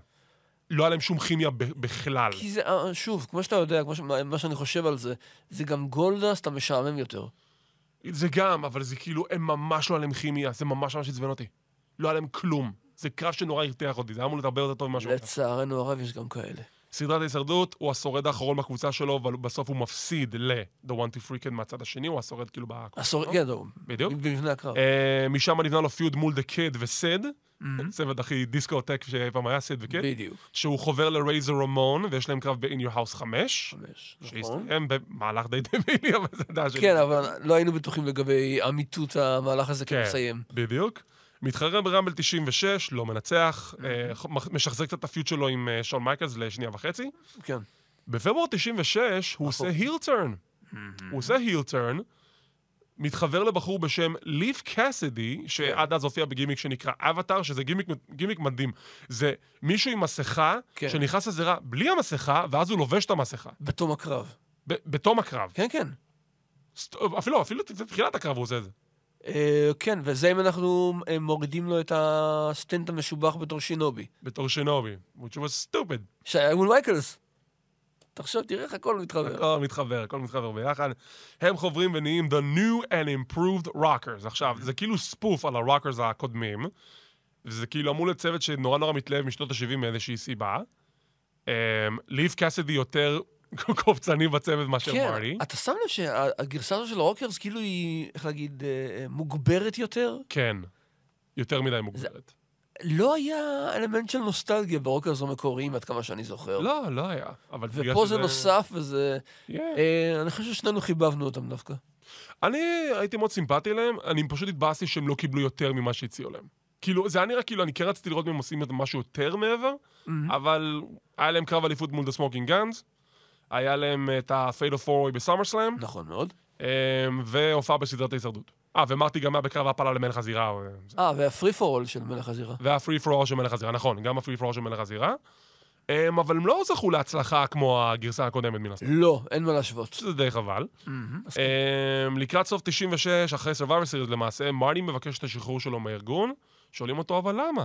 C: לא היה להם שום כימיה ב- בכלל.
D: כי זה, אה, שוב, כמו שאתה יודע, כמו ש... מה- מה שאני חושב על זה, זה גם גולדסט המשעמם יותר.
C: זה גם, אבל זה כאילו, הם ממש לא היה להם כימיה, זה ממש ממש עצבן אותי. לא היה להם כלום. זה קרב שנורא הרתיח אותי, זה היה אמור להיות הרבה יותר טוב ממה שהוא היה.
D: לצערנו הרב יש גם כאלה.
C: סדרת ההישרדות, הוא השורד האחרון בקבוצה שלו, אבל בסוף הוא מפסיד ל-The One Two Freaking מהצד השני, הוא השורד כאילו בקבוצה.
D: עשור, כן, לא,
C: בדיוק.
D: במבנה הקרב.
C: אה, משם נבנה לו פיוד מול דה קד וסד, צוות הכי דיסקוטק שאי פעם היה, סד וקד,
D: Mm-hmm. בדיוק.
C: שהוא חובר לרייזר רמון, ויש להם קרב ב-In Your House 5,
D: חמש, נכון.
C: שהסתיים במהלך די דמילי, [laughs] אבל זה דעה שלי.
D: כן, אבל לא היינו בטוחים לגבי אמיתות המהלך הזה
C: כן,
D: כמסיים.
C: בדיוק. מתחרה ברמבל 96, לא מנצח,
D: Mm-hmm.
C: אה, ח- מח- משחזק קצת את הפיוד שלו עם אה, שון מייקלס לשנייה וחצי.
D: כן.
C: בפברואר 96 הוא עושה
D: אוקיי.
C: היל טרן. הוא עושה היל טרן, מתחבר לבחור בשם ליף קאסדי,
D: כן.
C: שעד אז הופיע בגימיק שנקרא אבטאר, שזה גימיק, גימיק מדהים. זה מישהו עם מסכה,
D: כן.
C: שנכנס לזירה בלי המסכה, ואז הוא לובש את המסכה,
D: בתום הקרב.
C: ב- בתום הקרב.
D: כן, כן.
C: סט- אפילו, אפילו בתחילת הקרב הוא עושה את זה.
D: אה, כן, וזה אם אנחנו אה, מורידים לו את הסטנט המשובח בתור שינובי.
C: בתור שנובי, which was stupid.
D: שהיה מול מייקלס. תחשוב, תראה איך הכל מתחבר.
C: הכל מתחבר, הכל מתחבר ביחד. הם חוברים ונהיים The New and Improved Rockers. עכשיו, זה כאילו ספוף על הרוקרס הקודמים, וזה כאילו אמור להיות צוות שנורא נורא מתלהב משנות ה-70 מאיזושהי סיבה. אמ, ליף קאסדי יותר [laughs] קופצני בצוות מאשר
D: כן,
C: מרלי.
D: אתה שם לב שהגרסה הזו של הרוקרס כאילו היא, איך להגיד, אה, מוגברת יותר?
C: כן, יותר מדי מוגברת.
D: לא היה אלמנט של נוסטלגיה ברוקרס המקוריים, עד כמה שאני זוכר.
C: לא, לא היה. אבל בגלל
D: ופה זה
C: שזה-
D: נוסף וזה...
C: Yeah.
D: אה, אני חושב ששנינו חיבבנו אותם דווקא.
C: אני הייתי מאוד סימפטי להם, אני פשוט התבאסתי שהם לא קיבלו יותר ממה שהציעו להם. כאילו, זה היה נראה כאילו, אני כן רציתי לראות אם הם עושים משהו יותר מעבר, אבל היה להם קרב אליפות מול דה סמוקינג גאנז, היה להם את ה-Fade of 4 בסאמר סלאם,
D: נכון מאוד.
C: אמ, והופעה בסדרת ההישרדות. אה, ומרטי גם היה בקרב הפלה למלך הזירה, או, אה, זה.
D: אה, והפרי פור אול של מלך הזירה.
C: והפרי פרור של מלך הזירה, נכון, גם הפרי פרור של מלך הזירה. אמ, אבל הם לא זכו להצלחה כמו הגרסה הקודמת מן הסתם,
D: לא, אין מה להשוות.
C: שזה די חבל.
D: מסכים.
C: אמ, לקראת סוף 96, אחרי Survivor Series למעשה, מרני מבקש את השחרור שלו מהארגון, שואלים אותו, אבל למה?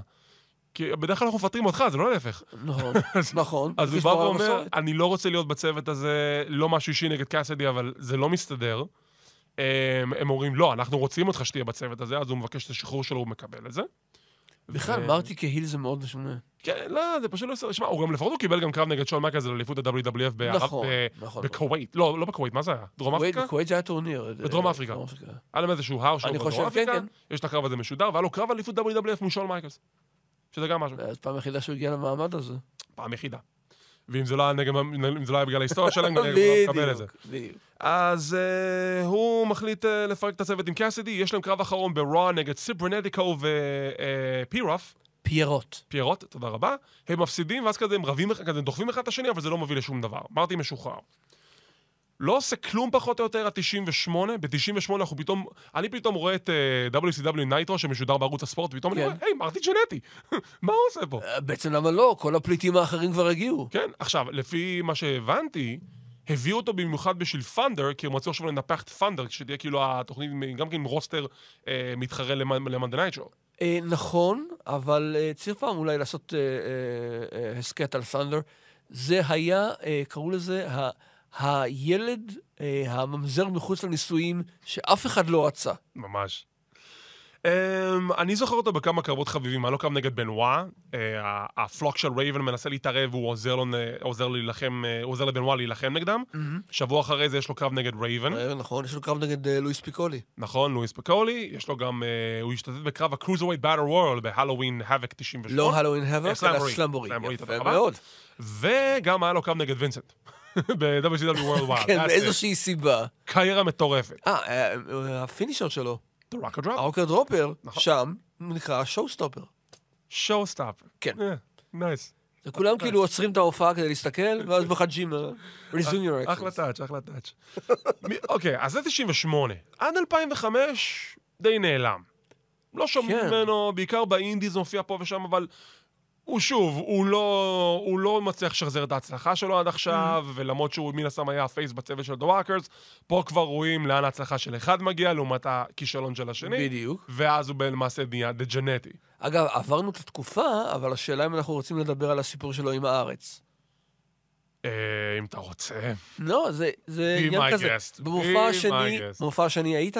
C: כי בדרך כלל אנחנו מפטרים אותך, זה לא להפך. [laughs]
D: נכון, נכון.
C: אז הוא
D: יש
C: בא
D: פה
C: ואומר,
D: מסורת.
C: אני לא רוצה להיות בצוות הזה, לא משהו אישי נגד קאסדי, אבל זה לא מסתדר. אמ, הם אומרים, לא, אנחנו רוצים אותך שתהיה בצוות הזה, אז הוא מבקש את השחרור שלו, הוא מקבל את זה.
D: בכלל,
C: ו-
D: מרטי קהיל זה מאוד משונה.
C: כן, לא, זה פשוט לא... בסדר. שמע, הוא גם לפחות הוא קיבל גם קרב נגד שון מייקלס על אליפות ה-WWF בערב...
D: נכון,
C: ב-
D: נכון.
C: בכווית. לא, לא בכווית, מה זה היה? דרום
D: כווית-
C: אפריקה?
D: כווית זה היה טורניר.
C: בדרום
D: אה,
C: אפריקה.
D: דרום אפריקה.
C: היה להם איזשהו הר שלו
D: אני
C: בדרום
D: חושב, כן,
C: אפריקה,
D: כן.
C: יש את הקרב הזה משודר, והיה לו קרב אליפות WWF מול שון מייקלס. שזה גם משהו,
D: ואז פעם יחידה שהוא הגיע למעמד הזה.
C: פעם יחידה. ואם זה לא היה, נגד, אם זה לא היה בגלל ההיסטוריה שלהם, גם הוא היה מקבל את זה.
D: בדיוק, בדיוק.
C: אז אה, הוא מחליט אה, לפרק את הצוות עם קאסידי, יש להם קרב אחרון ברוע נגד אה, סיברנטיקו ופירוף,
D: פיירוט.
C: פיירות, תודה רבה. הם מפסידים, ואז כזה הם רבים, כזה הם דוחפים אחד את השני, אבל זה לא מביא לשום דבר. מרטי משוחרר. לא עושה כלום פחות או יותר עד 98, ב-98 אנחנו פתאום, אני פתאום רואה את uh, WCW נייטרו שמשודר בערוץ הספורט, ופתאום אני
D: כן.
C: רואה, היי, מרטי ג'נטי, [laughs] מה הוא עושה פה?
D: אה, בעצם למה לא? כל הפליטים האחרים כבר הגיעו.
C: כן, עכשיו, לפי מה שהבנתי, הביאו אותו במיוחד בשביל פאנדר, כי הם רצו עכשיו לנפח את פאנדר, שתהיה כאילו התוכנית עם- גם כן עם רוסטר אה, מתחרה למנדנייט שואו.
D: אה, נכון, אבל אה, צריך פעם אולי לעשות אה, אה, אה, הסכת על סנדר. זה היה, אה, קראו לזה, ה, הילד אה, הממזר מחוץ לנישואים, שאף אחד לא רצה.
C: ממש. Um, אני זוכר אותו בכמה קרבות חביבים, היה לו קרב נגד בנווה, uh, הפלוק של רייבן מנסה להתערב, הוא עוזר, לו, עוזר, להילחם, אה, הוא עוזר לבנווה להילחם נגדם.
D: Mm-hmm.
C: שבוע אחרי זה יש לו קרב נגד רייבן,
D: אה, נכון, יש לו קרב נגד אה, לואיס פיקולי.
C: כן. נכון, לואיס פקולי, יש לו גם, אה, הוא השתתף בקרב הקרוזווייט באטר וורל בהלואוין האבק 98.
D: לא הלואוין האבק,
C: אה, סלאמבורי.
D: אלא סלמבורי.
C: סלאמבורי,
D: יפה
C: תודה רבה.
D: מאוד.
C: וגם היה לו קרב נגד וינסנט. [laughs] ב-WCW World Wild.
D: כן, מאיזושהי סיבה.
C: קריירה מטורפת.
D: אה, אה, אה, הפינישר שלו,
C: The Rock Drop.
D: הרוקר דרופר,
C: נכון.
D: שם הוא נקרא שואו סטופר.
C: שואו סטאפ.
D: כן.
C: נייס.
D: כולם כאילו עוצרים את ההופעה כדי להסתכל, ואז מחדשים, אה, resume your
C: אחלה
D: actions.
C: טאץ', אחלה טאץ'. [laughs] מי- אוקיי, אז זה 98. עד 2005 די נעלם. לא שומעים
D: כן.
C: ממנו, בעיקר באינדיז הוא מופיע פה ושם, אבל הוא שוב, הוא לא, הוא לא מצליח לשחזר את ההצלחה שלו עד עכשיו,
D: Mm.
C: ולמרות שהוא מן הסתם היה הפייס בצוות של The Walkers, פה כבר רואים לאן ההצלחה של אחד מגיע לעומת הכישלון של השני.
D: בדיוק.
C: ואז הוא למעשה נהיה דה ג'נטי.
D: אגב, עברנו את התקופה, אבל השאלה אם אנחנו רוצים לדבר על הסיפור שלו עם הארץ.
C: אה, אם אתה רוצה.
D: לא, זה, זה
C: Be
D: עניין
C: my
D: כזה.
C: guest.
D: במופע
C: Be my
D: השני,
C: guest.
D: במופע השני היית?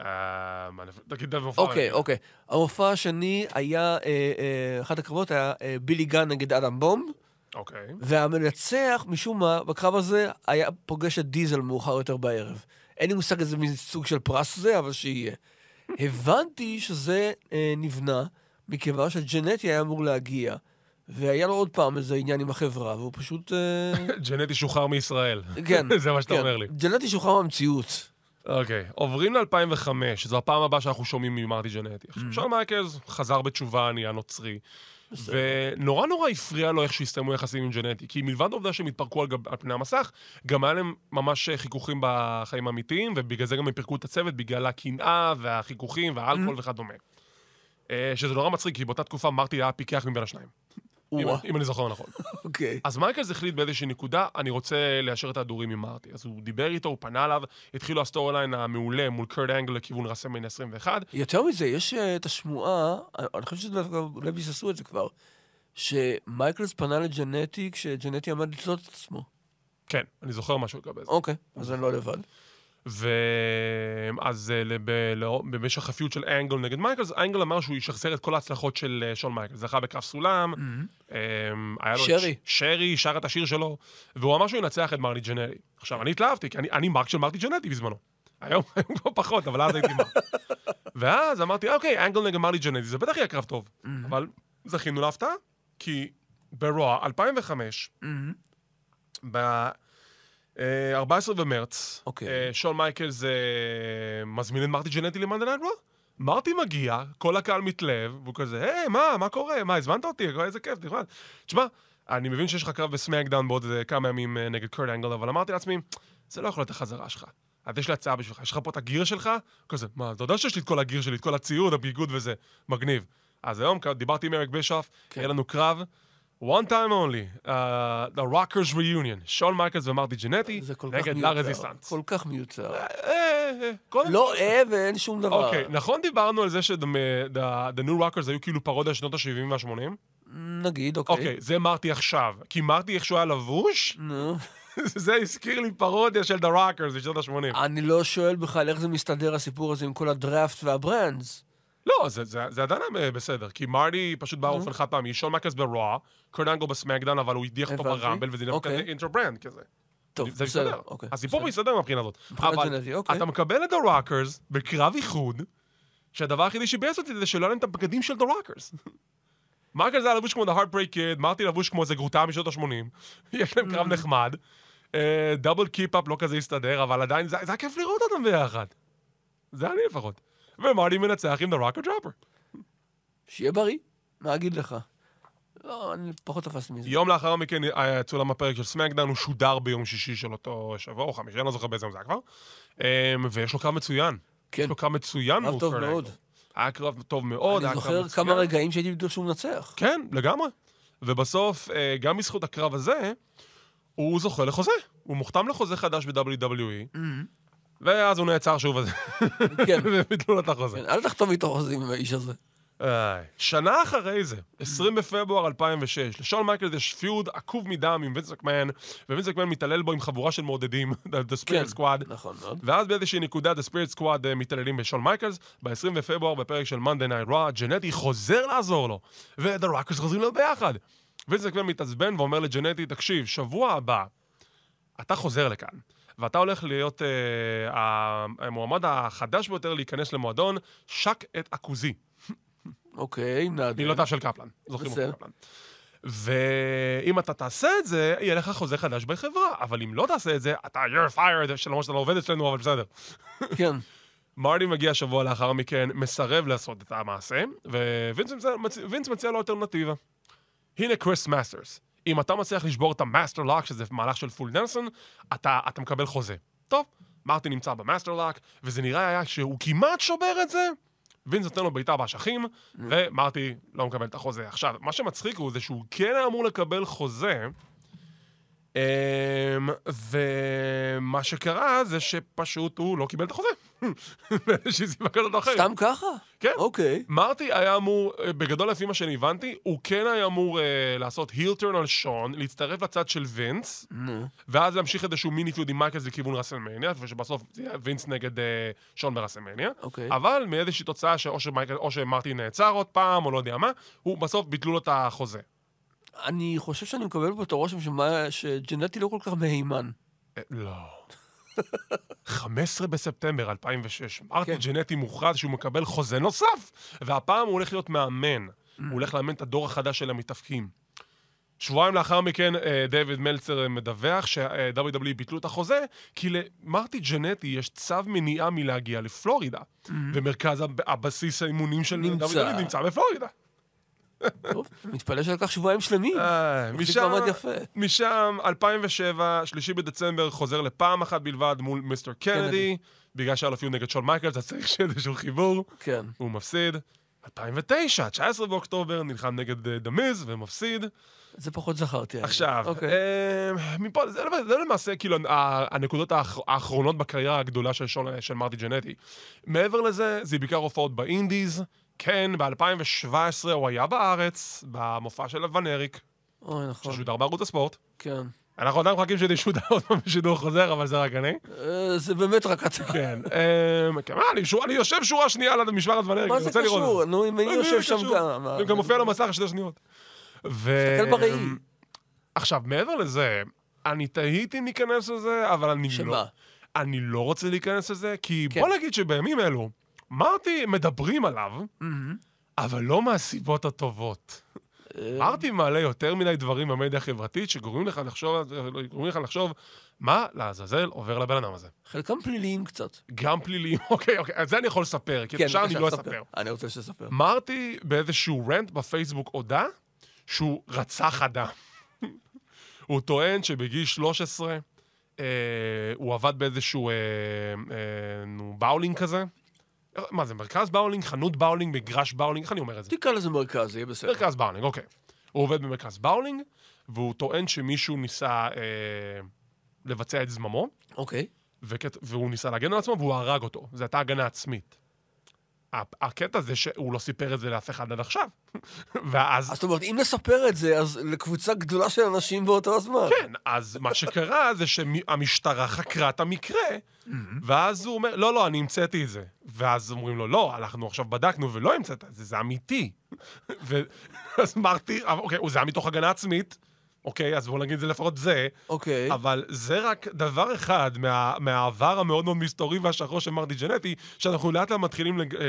C: אה, מה, נפ- תגיד דוד מופע.
D: אוקיי, אוקיי. המופע השני היה, אה, אה, אחד הקרבות היה אה, בילי גן נגד אדם בום,
C: אוקיי.
D: והמנצח, משום מה, בקרב הזה היה פוגש את דיזל מאוחר יותר בערב. אין לי מושג איזה מין סוג של פרס זה, אבל שיהיה. הבנתי שזה אה, נבנה מכיוון שג'נטי היה אמור להגיע, והיה לו עוד פעם איזה עניין עם החברה, והוא
C: [laughs]
D: פשוט... אה,
C: ג'נטי שוחרר מישראל.
D: כן.
C: [laughs] זה מה שאתה
D: כן.
C: אומר לי.
D: ג'נטי שוחרר מהמציאות.
C: אוקיי, עוברים ל-2005, שזו הפעם הבאה שאנחנו שומעים ממרטי ג'נטי. עכשיו,
D: Mm.
C: שון מייקלס חזר בתשובה, נהיה נוצרי. ונורא נורא הפריע לו איך שהסתיימו היחסים עם ג'נטי, כי מלבד העובדה שהם התפרקו על, גב, על פני המסך, גם היה להם ממש אה, חיכוכים בחיים האמיתיים, ובגלל זה גם הם פירקו את הצוות, בגלל הקנאה והחיכוכים
D: Mm.
C: והאלכוהול וכדומה. אה, שזה נורא מצחיק, כי באותה תקופה מרטי היה פיקח מבין השניים, אם,
D: וואו,
C: אם אני זוכר נכון.
D: אוקיי.
C: אז מייקלס החליט באיזושהי נקודה, אני רוצה ליישר את ההדורים עם מרטי. אז הוא דיבר איתו, הוא פנה אליו, התחילו הסטורי ליין המעולה מול קרד אנגל לכיוון רסמין 21.
D: יותר מזה, יש אה, את השמועה, אני- אני חושב שדווקא אולי ביססו את זה כבר, שמייקלס פנה לג'נטי כשג'נטי עמד לתלות את עצמו.
C: כן, אני זוכר משהו לגבי זה.
D: אוקיי, אז אני לא לבד.
C: ואז אה, לב- לא- במשך הפיוט של אנגל נגד מייקלס, אנגל אמר שהוא ישחזר את כל ההצלחות של אה, שון מייקלס. זכה בקרב סולם, אמ, היה לו את
D: שרי.
C: ש- שרי, שר את השיר שלו, והוא אמר שהוא ינצח את מרטי ג'נטי. עכשיו, אני התלהבתי, כי אני- אני מרק של מרטי ג'נטי בזמנו. היום היום כבר פחות, אבל אז הייתי מרק. ואז אמרתי, אוקיי, אנגל נגד מרלי ג'נטי, זה בטח יהיה קרב טוב. אבל זכינו להפתעה, כי ברוע, 2005, ב-14 אה, במרץ,
D: אוקיי.
C: אה, שון מייקלס אה, מזמין את מרטי ג'נטי למאנדל רוע. מרטי מגיע, כל הקהל מתלהב, והוא כזה, היי, מה, מה קורה? מה, הזמנת אותי? איזה כיף, נחמד. תשמע, אני מבין שיש לך קרב בסמאקדאון בעוד אה, כמה ימים אה, נגד קרד אנגל, אבל אמרתי לעצמי, זה לא יכול להיות החזרה שלך. אז יש לי הצעה בשבילך, יש לך פה את הגיר שלך? כזה, מה, אתה יודע שיש לי את כל הגיר שלי, את כל הציוד, הביגוד וזה, מגניב. אז היום כ- דיברתי עם אריק בישוף,
D: כן.
C: היה לנו קרב, one time only, uh, the Rockers reunion, שון מייקלס ומרטי ג'נטי,
D: זה כל כך
C: נגד לא אה, לה
D: מיותר.
C: רזיסטנס.
D: כל כך מיותר.
C: לא,
D: לא אה ואין שום דבר.
C: אוקיי, נכון דיברנו על זה ש- the- the the New Rockers היו כאילו פרודיה שנות ה-70
D: אוקיי.
C: וה-80?
D: נגיד, אוקיי.
C: אוקיי, זה מרטי עכשיו, כי מרטי איכשהו היה לבוש,
D: נו,
C: [laughs] זה הזכיר לי פרודיה של The Rockers בשנות ה-80.
D: אני לא שואל בכלל איך זה מסתדר הסיפור הזה עם כל הדראפט והברנדס.
C: לא, זה, זה, זה עדיין אה, בסדר, כי מרטי פשוט בא באופן חד פעמי, שון מקלס ברוע, קרננגו בסמאקדאון, אבל הוא הדיח אותו
D: הבנתי.
C: ברמבל, וזה נראה
D: אוקיי.
C: כזה אינטרברנד כזה.
D: טוב,
C: זה
D: בסדר.
C: מסתדר.
D: אוקיי,
C: הסיפור
D: בסדר.
C: מסתדר מהבחינה הזאת.
D: מבחינה ג'נטית,
C: אבל
D: אוקיי.
C: אתה מקבל את The Rockers בקרב איחוד, שהדבר היחידי שביאס אותי זה שלא היה להם את הבגדים של The Rockers. [laughs] מייקלס היה לבוש כמו The Heartbreak Kid, מרטי לבוש כמו איזה גרוטה משנות ה-80, [laughs] יש להם
D: Mm.
C: קרב נחמד. דאבל קיפ-אפ לא כזה הסתדר, אבל עדיין זה זה היה כיף לראות אותם ביחד. זה אני לפחות. ומרטי מנצח עם The Rocker Dropper.
D: שיהיה בריא, מה אגיד לך? לא, אני פחות תפסתי מזה.
C: יום לאחר מכן אה, צולם הפרק של סמאקדאון, הוא שודר ביום שישי של אותו שבוע או חמישי, אני לא זוכר באיזה יום זה היה כבר. אמ, ויש לו קרב מצוין.
D: כן.
C: יש לו קרב מצוין.
D: קרב
C: מול
D: טוב
C: קרט
D: מאוד.
C: אנגל. היה קרב טוב מאוד, היה
D: אני
C: קרב
D: זוכר
C: מצוין.
D: כמה רגעים שהייתי בטוח שהוא מנצח.
C: כן, לגמרי. ובסוף, אה, גם בזכות הקרב הזה, הוא זוכה לחוזה. הוא מוכתם לחוזה חדש ב-WWE, ואז הוא נעצר שוב על זה, [laughs]
D: כן,
C: וביטלו לו את החוזה.
D: כן, אל תחתום איתו חוזים עם האיש הזה.
C: איי. שנה אחרי זה, 20 בפברואר 2006, לשון מייקלס יש פיוד עקוב מדם עם וינס מקמן, ווינס מקמן מתעלל בו עם חבורה של מעודדים, [laughs] The
D: כן,
C: Spirit Squad.
D: נכון מאוד.
C: ואז באיזושהי נקודה, The Spirit Squad אה, מתעללים בשון מייקלס, ב-20 בפברואר, בפרק של Monday Night Raw, ג'נטי חוזר לעזור לו, ו-The Rockers חוזרים לו ביחד. וינס מקמן מתעצבן ואומר לג'נטי, תקשיב, שבוע הבא, אתה חוזר לכאן, ואתה הולך להיות אה, ה- המועמד החדש ביותר להיכנס למועדון, שק את עכוזי.
D: אוקיי, נעדן.
C: מילותיו של קפלן. זוכרים אותו
D: בסדר.
C: קפלן. ואם אתה תעשה את זה, יהיה לך חוזה חדש בחברה, אבל אם לא תעשה את זה, אתה you're fired, שלמרות שאתה לא עובד אצלנו, אבל בסדר.
D: כן.
C: מרטי מגיע שבוע לאחר מכן, מסרב לעשות את המעשה, ווינס מצ- וינס מציע לו אלטרנטיבה. הנה קריס מאסטרס. אם אתה מצליח לשבור את המאסטר לוק, שזה מהלך של פול נלסון, אתה, אתה מקבל חוזה. טוב, מרטי נמצא במאסטר לוק, וזה נראה היה שהוא כמעט שובר את זה. וינס נותן לו בעיטה באשכים, ומרטי לא מקבל את החוזה. עכשיו, מה שמצחיק הוא זה שהוא כן היה אמור לקבל חוזה, אמ, ומה שקרה זה שפשוט הוא לא קיבל את החוזה. [laughs] באיזושהי סיבה כזאת או אחרת.
D: סתם ככה?
C: כן.
D: אוקיי.
C: מרטי היה אמור, אה, בגדול לפי מה שאני הבנתי, הוא כן היה אמור אה, לעשות הילטרן על שון, להצטרף לצד של וינס,
D: נו.
C: ואז להמשיך איזשהו מיני פיוד עם מייקלס לכיוון ראסלמניה, ושבסוף זה יהיה וינס נגד אה, שון בראסלמניה.
D: אוקיי.
C: אבל מאיזושהי תוצאה שאו שמייקל, או שמרטי נעצר עוד פעם, או לא יודע מה, הוא בסוף ביטלו לו את החוזה.
D: אני חושב שאני מקבל פה את הרושם שמה- שג'נטי לא כל כך מהימן.
C: אה, לא. 15 בספטמבר 2006, מרטי
D: כן.
C: ג'נטי מוכרז שהוא מקבל חוזה נוסף, והפעם הוא הולך להיות מאמן.
D: Mm.
C: הוא הולך לאמן את הדור החדש של המתאפקים. שבועיים לאחר מכן, אה, דיוויד מלצר אה, מדווח ש-WWE ביטלו את החוזה, כי למרטי ג'נטי יש צו מניעה מלהגיע לפלורידה, ומרכז הב- הבסיס האימונים של
D: Mm. נמצא.
C: WWE נמצא בפלורידה.
D: טוב, מתפלא שלקח שבועיים שלמים.
C: אה,
D: מחזיק
C: משם,
D: מעמד יפה.
C: משם, 2007, שלישי בדצמבר, חוזר לפעם אחת בלבד מול מיסטר קנדי,
D: קנדי.
C: בגלל שהיה לו פיוד נגד שון מייקלס, אז צריך שיהיה איזשהו חיבור,
D: כן.
C: הוא מפסיד. 2009, 19 באוקטובר, נלחם נגד אה, דמיז ומפסיד.
D: זה פחות זכרתי. האמת.
C: עכשיו,
D: אוקיי.
C: אה, מפה, זה זה למעשה כאילו ה- הנקודות האח- האחרונות בקריירה הגדולה של שון- של מרטי ג'נטי. מעבר לזה, זה בעיקר הופעות באינדיז. כן, ב-2017 הוא היה בארץ, במופע של הוונריק,
D: אוי, נכון.
C: ששודר בערוץ הספורט.
D: כן.
C: אנחנו עדיין מחכים שזה ישודר עוד פעם [laughs] בשידור חוזר, אבל זה רק אני.
D: אה, זה באמת רק אתה.
C: כן. אמ, כן, מה, אני שורה- אני יושב שורה שנייה על משמר הדברים,
D: מה
C: אני
D: זה
C: רוצה לראות.
D: קשור? נו, אם אני
C: אני
D: יושב שם
C: קשור.
D: גם... מה-
C: זה גם מופיע אה, על המסך שתי שניות. ו...
D: תסתכל בראי.
C: עכשיו, מעבר לזה, אני תהיתי אם ניכנס לזה, אבל אני לא...
D: שמה?
C: אני לא רוצה להיכנס לזה, כי
D: כן.
C: בוא נגיד שבימים אלו, מרטי מדברים עליו,
D: מהמם.
C: אבל לא מהסיבות הטובות.
D: Mm-hmm. אה,
C: מרטי מעלה יותר מדי דברים במדיה החברתית שגורמים לך לחשוב, גורמים לך לחשוב מה לעזאזל עובר לבן אדם הזה.
D: חלקם פליליים קצת.
C: גם פליליים, [laughs] אוקיי, אוקיי, את זה אני יכול לספר, כי את
D: כן,
C: השאר כן, אני
D: בבקשה,
C: לא
D: ספר.
C: אספר.
D: אני רוצה שתספר.
C: מרטי באיזשהו רנט בפייסבוק הודה שהוא רצח אדם. [laughs] הוא טוען שבגיל 13 אה, הוא עבד באיזשהו אה, אה, נו, באולינג כזה. מה זה, מרכז באולינג? חנות באולינג? מגרש באולינג? איך אני
D: [laughs]
C: אומר את זה?
D: תקרא לזה מרכז, זה יהיה בסדר.
C: מרכז באולינג, אוקיי. הוא עובד במרכז באולינג, והוא טוען שמישהו ניסה אה, לבצע את זממו,
D: אוקיי.
C: וקט... והוא ניסה להגן על עצמו והוא הרג אותו. זו הייתה הגנה עצמית. ה- הקטע זה שהוא לא סיפר את זה לאף אחד עד עכשיו. [laughs] ואז,
D: אז זאת אומרת, אם נספר את זה, אז לקבוצה גדולה של אנשים באותו הזמן.
C: כן, אז מה שקרה זה שהמשטרה חקרה את המקרה, ואז הוא אומר, לא, לא, אני המצאתי את זה. ואז אומרים לו, לא, אנחנו עכשיו בדקנו ולא המצאת את זה, זה אמיתי. [laughs] ואז מרטי, אוקיי, זה היה מתוך הגנה עצמית, אוקיי, אז בואו נגיד את זה לפחות זה.
D: אוקיי.
C: אבל זה רק דבר אחד מה, מהעבר המאוד מאוד מסתורי והשחור של מרטי ג'נטי, שאנחנו לאט לאט מתחילים לג, אה,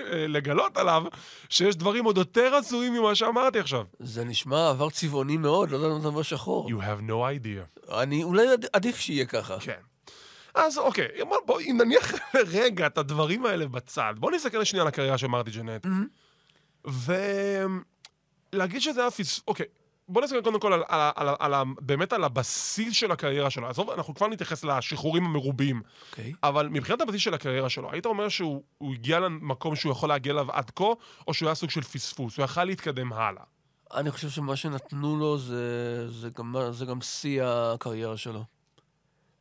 C: אה, לגלות עליו, שיש דברים עוד יותר הזויים ממה שאמרתי עכשיו.
D: זה נשמע עבר צבעוני מאוד, לא יודע למה אתה אומר שחור.
C: You have no idea.
D: אני, אולי עד- עדיף שיהיה ככה.
C: כן. אז אוקיי, בוא, בוא, אם נניח [laughs] לרגע את הדברים האלה בצד, בוא נסתכל שנייה על הקריירה של מרטי ג'נטי. ולהגיד שזה היה פס... אוקיי, בוא נסתכל קודם כל על, על, ה- על, ה- על, ה- באמת על הבסיס של הקריירה שלו. עזוב, אנחנו כבר נתייחס לשחרורים המרובים.
D: אוקיי.
C: אבל מבחינת הבסיס של הקריירה שלו, היית אומר שהוא הוא הגיע למקום שהוא יכול להגיע אליו עד כה, או שהוא היה סוג של פספוס, הוא יכל להתקדם הלאה.
D: אני חושב שמה שנתנו לו זה, זה, גם, מה- זה גם שיא הקריירה שלו.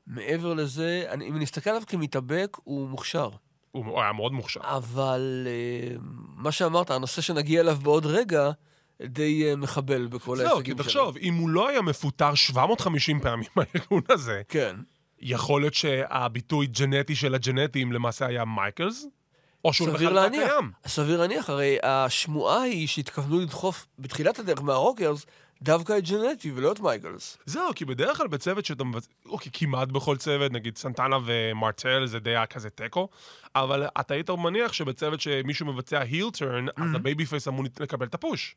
D: מעבר לזה, אני, אם נסתכל עליו כמתאבק, הוא מוכשר.
C: הוא הוא היה מאוד מוכשר.
D: אבל אה, מה שאמרת, הנושא שנגיע אליו בעוד רגע, די אה, מחבל בכל
C: זהו,
D: ההישגים
C: לא, כי
D: שלו.
C: תחשוב, אם הוא לא היה מפוטר 750 פעמים [laughs] מהארגון הזה,
D: כן.
C: יכול להיות שהביטוי ג'נטי של הג'נטים למעשה היה מייקלס? או שהוא
D: סביר
C: בכלל לא
D: להניח,
C: קיים?
D: סביר להניח, הרי השמועה היא שהתכוונו לדחוף בתחילת הדרך מהרוקרס דווקא את ג'נטי ולא את מייקלס.
C: זהו, כי בדרך כלל בצוות שאתה מבצע, אוקיי, כמעט בכל צוות, נגיד סנטנה ומרטל זה די היה כזה תיקו, אבל אתה היית מניח שבצוות שמישהו מבצע היל טרן, אז הבייבי פייס אמור לקבל את הפוש.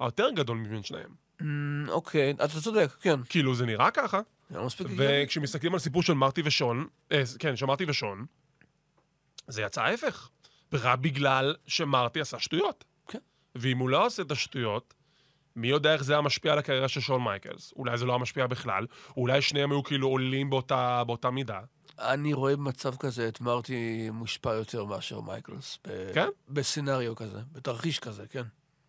C: היותר גדול מבין שניהם.
D: אמ, אוקיי, אתה צודק, כן.
C: כאילו, זה נראה ככה.
D: זה לא מספיק הגיוני.
C: וכשמסתכלים על סיפור של מרטי ושון, אה, כן, של מרטי ושון, זה יצא ההפך. רק בגלל שמרטי עשה שטויות.
D: כן.
C: ואם הוא לא עושה את השטויות, מי יודע איך זה היה משפיע על הקריירה של שון מייקלס? אולי זה לא היה משפיע בכלל, אולי שניהם היו כאילו עולים באותה, באותה מידה.
D: אה. אני רואה במצב כזה את מרטי מושפע יותר מאשר מייקלס. ב-
C: כן?
D: בסצנריו כזה, בתרחיש כזה, כן.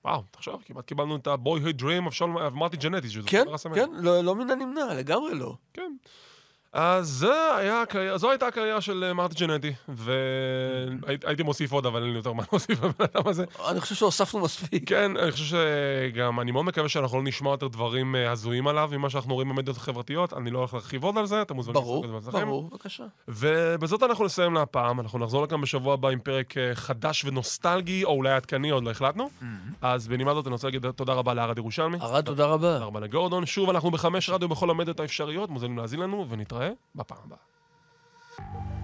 C: וואו, תחשוב, כמעט קיבלנו את ה-boyhood dream of, שון, of מרטי ג'נטי, שזה
D: כן,
C: דבר השמח.
D: כן, לא לא מן הנמנע, לגמרי לא.
C: כן. אז זה היה הקריירה, זו הייתה הקריירה של אה, מרטי ג'נטי,
D: אה.
C: והייתי מוסיף עוד, אבל אין לי יותר מה להוסיף לבן אדם הזה.
D: אני חושב שהוספנו מספיק.
C: כן, אני חושב שגם, אני מאוד מקווה שאנחנו לא נשמע יותר דברים אה, הזויים עליו ממה שאנחנו רואים במדיות החברתיות, אני לא הולך להרחיב עוד על זה, אתם מוזמנים
D: ברור,
C: לעשות את זה בעצמכם.
D: ברור, בבקשה.
C: ובזאת אנחנו נסיים להפעם, אנחנו נחזור לכאן בשבוע הבא עם פרק אה, חדש ונוסטלגי, או אולי עדכני, עוד לא החלטנו.
D: Mm-hmm.
C: אז בנימה זאת אני רוצה להגיד תודה רבה לערד ירושלמי.
D: ארד, תודה רבה.
C: תודה רבה לגורדון. שוב, אנחנו בחמש רדיו בכל המדיות האפשריות, מוזמנים להאזין לנו, ונתראה בפעם הבאה.